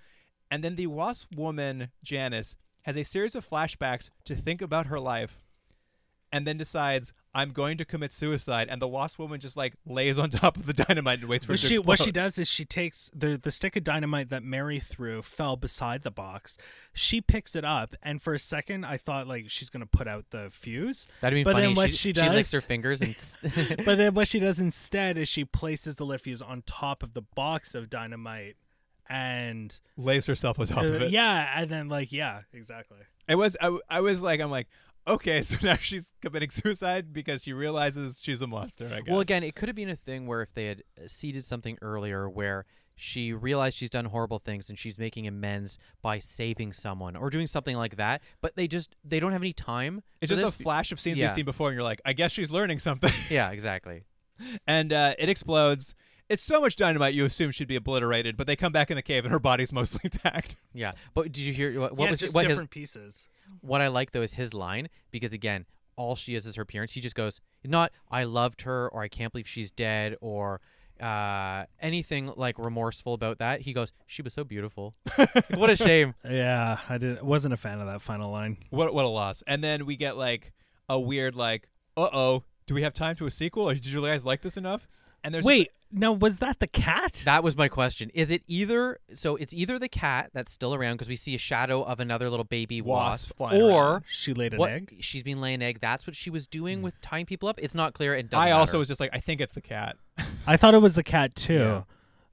Speaker 2: And then the wasp woman, Janice, has a series of flashbacks to think about her life and then decides, I'm going to commit suicide. And the wasp woman just, like, lays on top of the dynamite and waits for
Speaker 6: What
Speaker 2: it to
Speaker 6: she what she
Speaker 2: explode.
Speaker 6: does is she takes the the stick of dynamite that Mary threw fell beside the box. She picks it up and for a second I thought like she's gonna put out the fuse.
Speaker 5: That'd be
Speaker 6: but
Speaker 5: funny.
Speaker 6: then what
Speaker 5: she,
Speaker 6: she,
Speaker 5: she
Speaker 6: does
Speaker 5: licks her fingers and s-
Speaker 6: but then what she does instead is she places the lit fuse on top of the box of dynamite and
Speaker 2: Lays herself on top of
Speaker 6: uh,
Speaker 2: it.
Speaker 6: yeah and then like yeah exactly
Speaker 2: It was I, w- I was like I'm like okay so now she's committing suicide because she realizes she's a monster I guess.
Speaker 5: Well, again, it could have been a thing where if they had uh, seeded something earlier where she realized she's done horrible things and she's making amends by saving someone or doing something like that, but they just they don't have any time.
Speaker 2: It's
Speaker 5: for
Speaker 2: just a
Speaker 5: this.
Speaker 2: flash of scenes
Speaker 5: yeah.
Speaker 2: you've seen before, and you're like, I guess she's learning something.
Speaker 5: Yeah, exactly.
Speaker 2: and uh, it explodes. It's so much dynamite you assume she'd be obliterated, but they come back in the cave and her body's mostly intact.
Speaker 5: Yeah. But did you hear what, what
Speaker 6: yeah,
Speaker 5: was
Speaker 6: just
Speaker 5: what his,
Speaker 6: different pieces
Speaker 5: what I like though is his line because again, all she is is her appearance. He just goes not I loved her or I can't believe she's dead or uh anything like remorseful about that. He goes, "She was so beautiful." what a shame.
Speaker 6: yeah i didn't wasn't a fan of that final line
Speaker 2: What what a loss. And then we get like a weird like, uh oh, do we have time to a sequel? Or did you guys like this enough? And there's
Speaker 6: wait no was that the cat
Speaker 5: That was my question. Is it either so it's either the cat that's still around because we see a shadow of another little baby
Speaker 2: Wasp
Speaker 5: wasp,
Speaker 2: flying
Speaker 5: or
Speaker 6: she laid an
Speaker 5: what
Speaker 6: egg
Speaker 5: she's been laying egg. That's what she was doing with tying people up. It's not clear. It doesn't
Speaker 2: I also
Speaker 5: matter.
Speaker 2: was just like, I think it's the cat.
Speaker 6: i thought it was the cat too
Speaker 5: Yeah.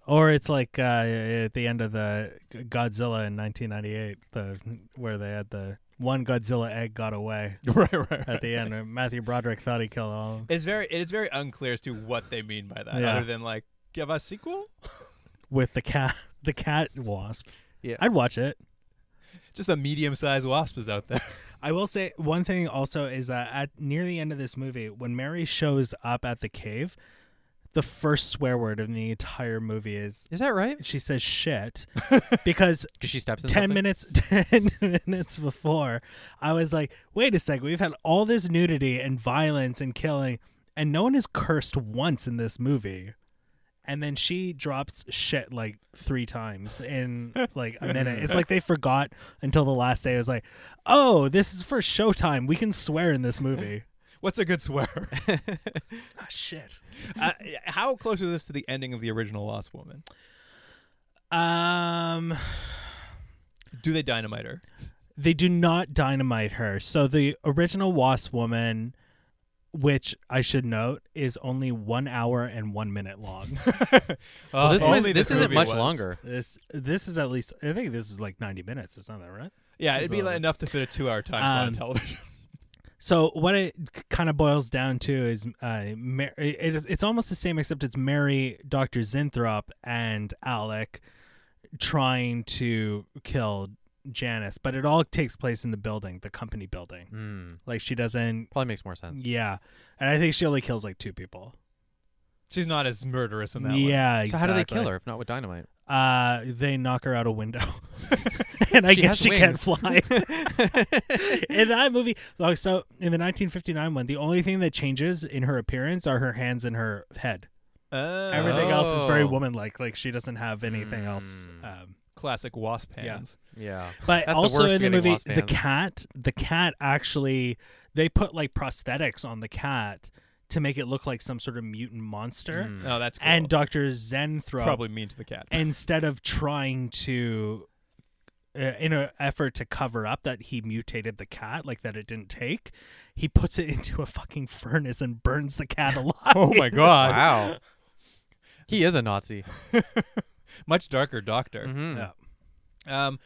Speaker 6: Or it's like uh, at the end of the G- Godzilla in 1998, the where they had the one Godzilla egg got away
Speaker 2: right, right,
Speaker 6: at the end. where Matthew Broderick thought he killed all. of 'em.
Speaker 2: It's very it is very unclear as to what they mean by that,
Speaker 6: Yeah.
Speaker 2: other than like, give us sequel?
Speaker 6: with the cat the cat wasp.
Speaker 5: Yeah.
Speaker 6: I'd watch it.
Speaker 2: Just a medium sized wasp is out there.
Speaker 6: I will say one thing also is that at near the end of this movie, when Mary shows up at the cave, the first swear word in the entire movie is
Speaker 5: Is that right?
Speaker 6: she says shit
Speaker 5: Because
Speaker 6: because
Speaker 5: she steps in
Speaker 6: 10
Speaker 5: something?
Speaker 6: minutes 10 minutes before i was like wait a second we've had all this nudity and violence and killing and no one is cursed once in this movie and then she drops shit like three times in like a minute it's like they forgot until the last day it was like oh this is for showtime we can swear in this movie
Speaker 2: What's a good swear?
Speaker 6: Ah, shit
Speaker 2: uh, how close is this to the ending of the original Lost Woman?
Speaker 6: um
Speaker 2: Do they dynamite her?
Speaker 6: they do not dynamite her. So the original Wasp Woman, which I should note is only one hour and one minute long.
Speaker 5: Well,
Speaker 2: Uh,
Speaker 5: this,
Speaker 2: if
Speaker 5: is,
Speaker 2: only
Speaker 5: this isn't
Speaker 2: movie
Speaker 5: much
Speaker 2: was.
Speaker 5: longer.
Speaker 6: this this is at least I think this is like ninety minutes or something, right?
Speaker 2: Yeah, it'd be
Speaker 6: It's
Speaker 2: like
Speaker 6: all-
Speaker 2: enough to fit a two-hour time slot on
Speaker 6: Um,
Speaker 2: television.
Speaker 6: So what it kind of boils down to is, uh, Mar- it, is- it's almost the same except it's Mary, Doctor Zinthrop, and Alec trying to kill Janice, but it all takes place in the building, the company building.
Speaker 5: Mm,
Speaker 6: Like she doesn't
Speaker 5: probably makes more sense.
Speaker 6: Yeah, and I think she only kills like two people.
Speaker 2: She's not as murderous in that one.
Speaker 6: yeah,
Speaker 5: So how do they kill her if not with dynamite?
Speaker 6: Uh, they knock her out a window, and I
Speaker 5: She
Speaker 6: guess
Speaker 5: has
Speaker 6: she can't
Speaker 5: wings.
Speaker 6: fly. in that movie, like, so in the 1959 one, the only thing that changes in her appearance are her hands and her head.
Speaker 2: Oh.
Speaker 6: Everything else is very
Speaker 5: Oh.
Speaker 6: woman-like. Like she doesn't have anything else. Um,
Speaker 2: classic wasp
Speaker 6: Yeah.
Speaker 2: hands.
Speaker 5: Yeah. That's
Speaker 6: but
Speaker 5: the
Speaker 6: also
Speaker 5: worst
Speaker 6: in the
Speaker 5: beginning
Speaker 6: movie,
Speaker 5: Lost
Speaker 6: the
Speaker 5: fans.
Speaker 6: cat, the cat actually, they put like prosthetics on the cat to make it look like some sort of mutant monster.
Speaker 5: Hmm. Mm.
Speaker 2: Oh, that's cool.
Speaker 6: And Doctor Zenthro
Speaker 2: probably mean to the cat.
Speaker 6: instead of trying to uh, in an effort to cover up that he mutated the cat like that it didn't take he puts it into a fucking furnace and burns the cat alive
Speaker 2: oh my god!
Speaker 5: Wow. he is a Nazi.
Speaker 2: Much darker Doctor.
Speaker 5: Mm.
Speaker 6: Yeah.
Speaker 2: Um,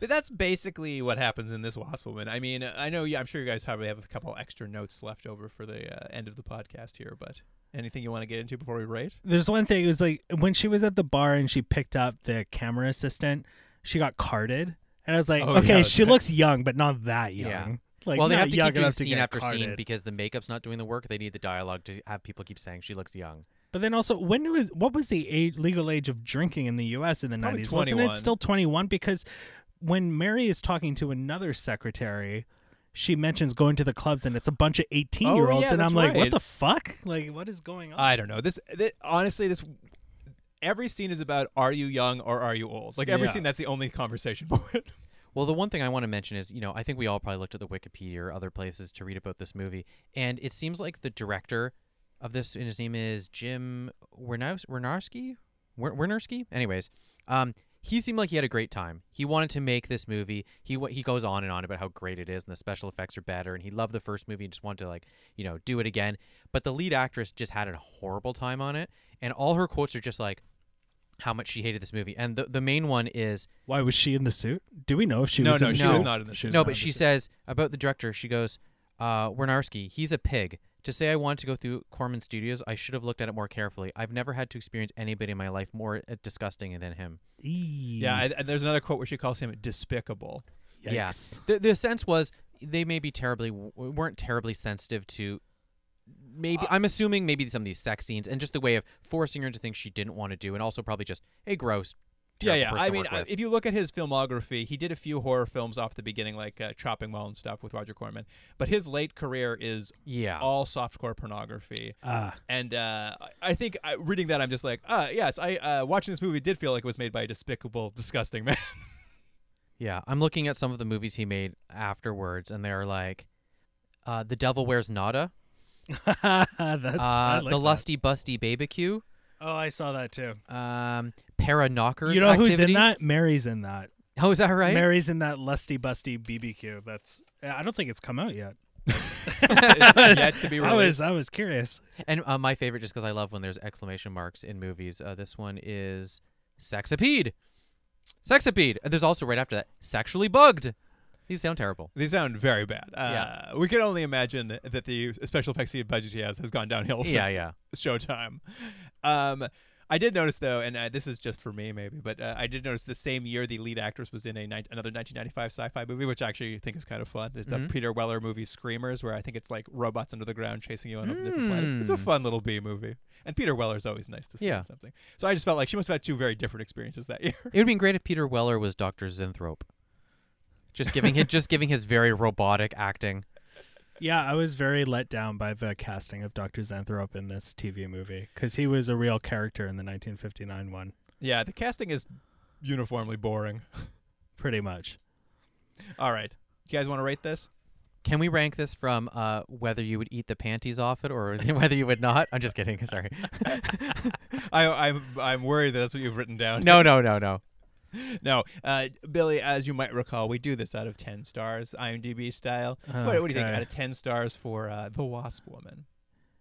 Speaker 2: but that's basically what happens in this Wasp Woman. I mean, I know. Yeah, I'm sure you guys probably have a couple extra notes left over for the uh, end of the podcast here. But anything you want to get into before we rate?
Speaker 6: there's one thing it was like when she was at the bar and she picked up the camera assistant she got carded and i was like
Speaker 2: Oh,
Speaker 6: okay
Speaker 2: yeah,
Speaker 6: she
Speaker 2: okay.
Speaker 6: looks young but not that young
Speaker 5: Yeah.
Speaker 6: like
Speaker 5: well, they
Speaker 6: not
Speaker 5: have to
Speaker 6: young
Speaker 5: keep doing
Speaker 6: enough to
Speaker 5: scene
Speaker 6: get
Speaker 5: after scene
Speaker 6: carded.
Speaker 5: because the makeup's not doing the work. They need the dialogue to have people keep saying she looks young.
Speaker 6: But then also, when was what was the age, legal age of drinking in the U.S. in the
Speaker 2: Probably
Speaker 6: nineties? Wasn't
Speaker 2: 21.
Speaker 6: it still twenty-one? Because when Mary is talking to another secretary, she mentions going to the clubs, and it's a bunch of eighteen-year-olds,
Speaker 2: Oh, yeah,
Speaker 6: and I'm
Speaker 2: that's
Speaker 6: like,
Speaker 2: right.
Speaker 6: what the fuck? Like, what is going on?
Speaker 2: I don't know. This, thi- honestly, this every scene is about are you young or are you old? Like every
Speaker 6: Yeah.
Speaker 2: scene, that's the only conversation point.
Speaker 5: Well, the one thing I want to mention is, you know, I think we all probably looked at the Wikipedia or other places to read about this movie, and it seems like the director of this, and his name is Jim Wernows- Wernarski. Wer- Wernerski. Anyways, um, he seemed like he had a great time. He wanted to make this movie. He wa- he goes on and on about how great it is and the special effects are better, and he loved the first movie and just wanted to like, you know, do it again. But the lead actress just had a horrible time on it, and all her quotes are just like how much she hated this movie. And the the main one is.
Speaker 6: Why was she in the suit? Do we know if she
Speaker 2: no,
Speaker 6: was?
Speaker 2: no,
Speaker 6: in the
Speaker 2: she
Speaker 5: No.
Speaker 6: suit?
Speaker 2: was not in the
Speaker 6: She
Speaker 2: show.
Speaker 6: was
Speaker 5: No,
Speaker 6: not
Speaker 5: but
Speaker 6: in
Speaker 5: she
Speaker 6: the suit.
Speaker 5: says about the director, she goes, uh, Wernarsky, he's a pig. To say I wanted to go through Corman Studios, I should have looked at it more carefully. I've never had to experience anybody in my life more uh, disgusting than him.
Speaker 6: Eee,
Speaker 2: Yeah, and, and there's another quote where she calls him despicable.
Speaker 5: Yeah.
Speaker 6: yikes.
Speaker 5: The, the sense was they may be terribly weren't terribly sensitive to
Speaker 2: Uh,
Speaker 5: maybe I'm assuming maybe some of these sex scenes and just the way of forcing her into things she didn't want to do, and also probably just a gross.
Speaker 2: Yeah,
Speaker 5: terrible
Speaker 2: yeah.
Speaker 5: person
Speaker 2: I
Speaker 5: to
Speaker 2: mean,
Speaker 5: work
Speaker 2: I-
Speaker 5: with.
Speaker 2: if you look at his filmography, he did a few horror films off the beginning, like uh, Chopping Mall and stuff with Roger Corman. But his late career is
Speaker 5: yeah,
Speaker 2: all softcore pornography.
Speaker 6: Ah.
Speaker 2: and uh, I- I think uh, reading that, I'm just like, uh, yes, I uh, watching this movie did feel like it was made by a despicable, disgusting man.
Speaker 5: Yeah, I'm looking at some of the movies he made afterwards, and they're like, uh, "The Devil Wears Nada,"
Speaker 6: that's I
Speaker 5: uh,
Speaker 6: like
Speaker 5: "The
Speaker 6: that.
Speaker 5: Lusty Busty Barbecue,"
Speaker 6: Oh, I saw that too.
Speaker 5: um, "Para Knockers."
Speaker 6: You know who's in
Speaker 5: Activity.
Speaker 6: that? Mary's in that.
Speaker 5: Oh, is that right?
Speaker 6: Mary's in that lusty busty BBQ. That's I don't think it's come out yet.
Speaker 2: It's yet to be
Speaker 6: I was
Speaker 2: released.
Speaker 6: I was curious.
Speaker 5: and uh, my favorite, just because I love when there's exclamation marks in movies. Uh, this one is "Sexapede." Sexapede. And there's also right after that, "Sexually Bugged." These sound terrible.
Speaker 2: These sound very bad. Uh, We can only imagine that the special effects budget he has has gone downhill.
Speaker 5: Yeah,
Speaker 2: since
Speaker 5: yeah.
Speaker 2: Showtime. Um, I did notice though, and uh, this is just for me maybe, but uh, I did notice the same year the lead actress was in a ni- another 1995 sci-fi movie, which I actually think is kind of fun. It's a Peter Weller movie, Screamers, where I think it's like robots under the ground chasing you on a different planet. It's a fun little B movie, and Peter Weller's always nice to see
Speaker 5: Yeah.
Speaker 2: in something. So I just felt like she must have had two very different experiences that year.
Speaker 5: It would have been great if Peter Weller was Doctor Zinthrope, just giving his, just giving his very robotic acting.
Speaker 6: Yeah, I was very let down by the casting of Dr. Xanthrop in this TV movie because he was a real character in the 1959 one,
Speaker 2: yeah, the casting is uniformly boring.
Speaker 6: pretty much.
Speaker 2: All right, you guys want to rate this?
Speaker 5: Can we rank this from uh, whether you would eat the panties off it or whether you would not? I'm just kidding. Sorry.
Speaker 2: I, I'm I'm worried that that's what you've written down.
Speaker 5: no, no, no, no.
Speaker 2: No, uh, Billy, as you might recall, we do this out of 10 stars, IMDb style. What, what do you think
Speaker 6: Okay.
Speaker 2: out of 10 stars for uh, The Wasp Woman?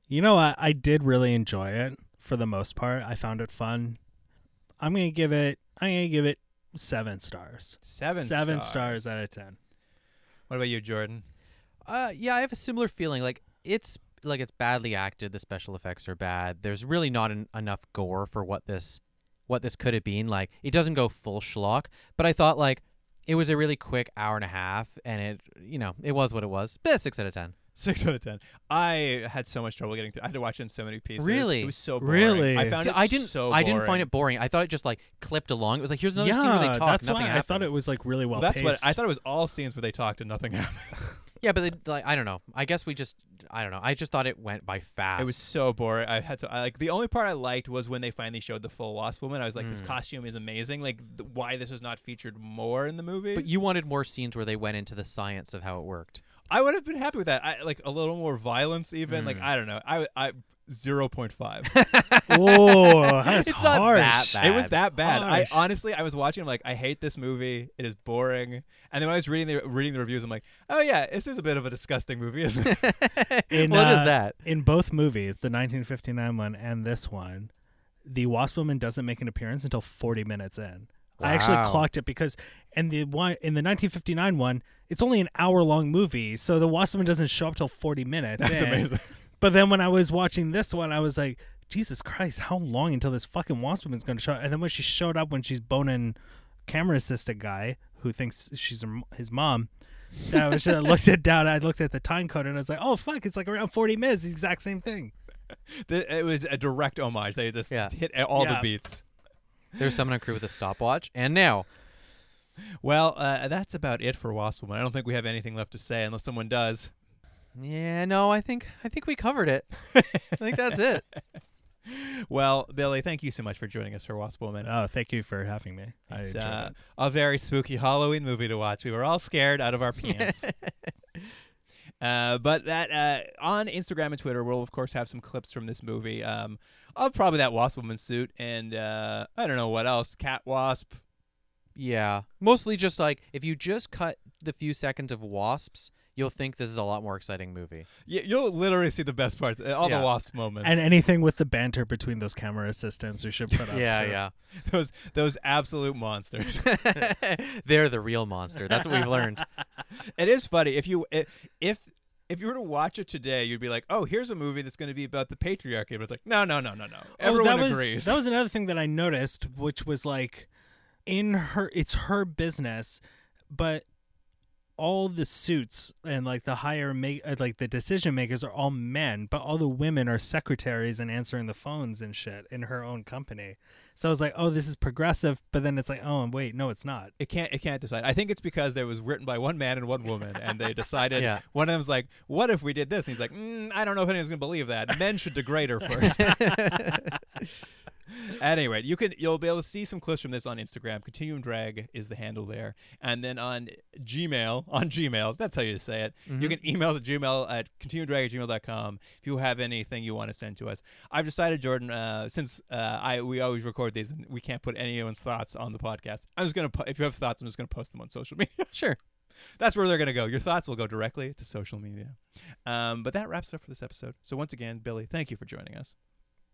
Speaker 6: You know what? I did really enjoy it for the most part. I found it fun. I'm gonna give it. I'm gonna give it seven stars.
Speaker 2: Seven
Speaker 6: stars.
Speaker 2: stars.
Speaker 6: out of ten.
Speaker 2: What about you, Jordan?
Speaker 5: Uh, yeah, I have a similar feeling. Like it's like it's badly acted. The special effects are bad. There's really not en- enough gore for what this what this could have been. Like it doesn't go full schlock, but I thought like it was a really quick hour and a half, and it you know it was what it was. But a six out of ten.
Speaker 2: Six out of 10. I had so much trouble getting through. I had to watch it in so many pieces.
Speaker 5: Really?
Speaker 2: It was so boring.
Speaker 6: Really?
Speaker 2: I found
Speaker 5: See,
Speaker 2: it
Speaker 5: I didn't.
Speaker 2: so
Speaker 5: I didn't
Speaker 2: boring.
Speaker 5: find it boring. I thought it just like clipped along. It was like here's another
Speaker 6: yeah,
Speaker 5: scene where they talk.
Speaker 6: that's why
Speaker 5: nothing
Speaker 6: I thought
Speaker 5: happened.
Speaker 6: it was like really well.
Speaker 2: Well, that's
Speaker 6: paced.
Speaker 2: what I thought. It was all scenes where they talked and nothing happened.
Speaker 5: Yeah, but they, like I don't know. I guess we just I don't know. I just thought it went by fast.
Speaker 2: It was so boring. I had to. I like the only part I liked was when they finally showed the full Wasp Woman. I was like,
Speaker 5: Mm.
Speaker 2: this costume is amazing. Like, th- why this is not featured more in the movie?
Speaker 5: But you wanted more scenes where they went into the science of how it worked.
Speaker 2: I would have been happy with that. I like a little more violence, even.
Speaker 5: Mm.
Speaker 2: Like I don't know. I I zero point five.
Speaker 6: oh, that's
Speaker 5: It's not
Speaker 6: harsh.
Speaker 5: that bad.
Speaker 2: It was that bad. I
Speaker 6: Harsh.
Speaker 2: honestly, I was watching. I'm like, I hate this movie. It is boring. And then when I was reading the reading the reviews, I'm like, oh yeah, this is a bit of a disgusting movie, isn't it?
Speaker 6: In,
Speaker 5: What is
Speaker 6: uh,
Speaker 5: that?
Speaker 6: In both movies, the 1959 one and this one, the Wasp Woman doesn't make an appearance until 40 minutes in. I actually
Speaker 5: Wow.
Speaker 6: clocked it because, and the one in the 1959 one, it's only an hour long movie, so the Wasp Woman doesn't show up till 40 minutes. That's
Speaker 2: amazing.
Speaker 6: But then when I was watching this one, I was like, Jesus Christ, how long until this fucking Wasp Woman's going to show up? And then when she showed up, when she's boning camera assistant guy who thinks she's her m- his mom, that I was just, I looked it down. I looked at the time code and I was like, oh fuck, it's like around forty minutes. The exact same thing.
Speaker 2: The- it was a direct homage. They just
Speaker 5: Yeah.
Speaker 2: hit all the
Speaker 6: Yeah.
Speaker 2: beats.
Speaker 5: There's someone on crew with a stopwatch, and now
Speaker 2: Well, uh, that's about it for Wasp Woman. I don't think we have anything left to say unless someone does.
Speaker 5: yeah, no, I think I think we covered it. I think that's it.
Speaker 2: Well, Billy, thank you so much for joining us for Wasp Woman.
Speaker 6: Oh, thank you for having me. I
Speaker 2: It's
Speaker 6: enjoyed
Speaker 2: uh,
Speaker 6: it.
Speaker 2: a very spooky Halloween movie to watch. We were all scared out of our pants. Uh, but that uh, on Instagram and Twitter, we'll of course have some clips from this movie um, of probably that Wasp Woman suit and uh, I don't know what else, Cat Wasp.
Speaker 5: Yeah, mostly just like if you just cut the few seconds of wasps, you'll think this is a lot more exciting movie.
Speaker 2: Y- you'll literally see the best parts, uh, all
Speaker 5: Yeah.
Speaker 2: the Wasp moments,
Speaker 6: And anything with the banter between those camera assistants, we should put up. so-
Speaker 2: those those absolute monsters.
Speaker 5: yeah. They're the real monster. That's what we've learned.
Speaker 2: it is funny if you i- if if you were to watch it today, you'd be like, "Oh, here's a movie that's going to be about the patriarchy." But it's like, no, no, no, no, no.
Speaker 6: Oh,
Speaker 2: Everyone
Speaker 6: that was,
Speaker 2: agrees.
Speaker 6: That was another thing that I noticed, which was like, in her, it's her business, but all the suits and like the higher make, uh, like the decision makers are all men, but all the women are secretaries and answering the phones and shit in her own company. So I was like, oh, this is progressive, but then it's like, oh, wait, no, it's not.
Speaker 2: It can't. It can't decide. I think it's because it was written by one man and one woman, and they decided.
Speaker 5: Yeah.
Speaker 2: One of them's like, "What if we did this?" And he's like, mm, "I don't know if anyone's gonna believe that. Men should degrade her first. At any rate, you can you'll be able to see some clips from this on Instagram. Continuum Drag is the handle there, and then on Gmail on Gmail. That's how you say it. You can email us at Gmail at continuumdrag at gmail.com if you have anything you want to send to us. I've decided, Jordan, uh, since uh, I we always record these and we can't put anyone's thoughts on the podcast. I'm just gonna po- if you have thoughts, I'm just gonna post them on social media.
Speaker 5: Sure.
Speaker 2: That's where they're gonna go. Your thoughts will go directly to social media. Um, but that wraps it up for this episode. So once again, Billy, thank you for joining us.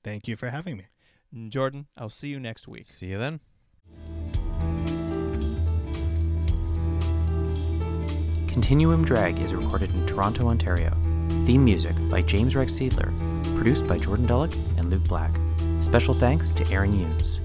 Speaker 6: Thank you for having me.
Speaker 2: And Jordan, I'll see you next week.
Speaker 5: See you then.
Speaker 7: Continuum Drag is recorded in Toronto, Ontario. Theme music by James Rex Seidler, produced by Jordan Dullock and Luke Black. Special thanks to Aaron Hughes.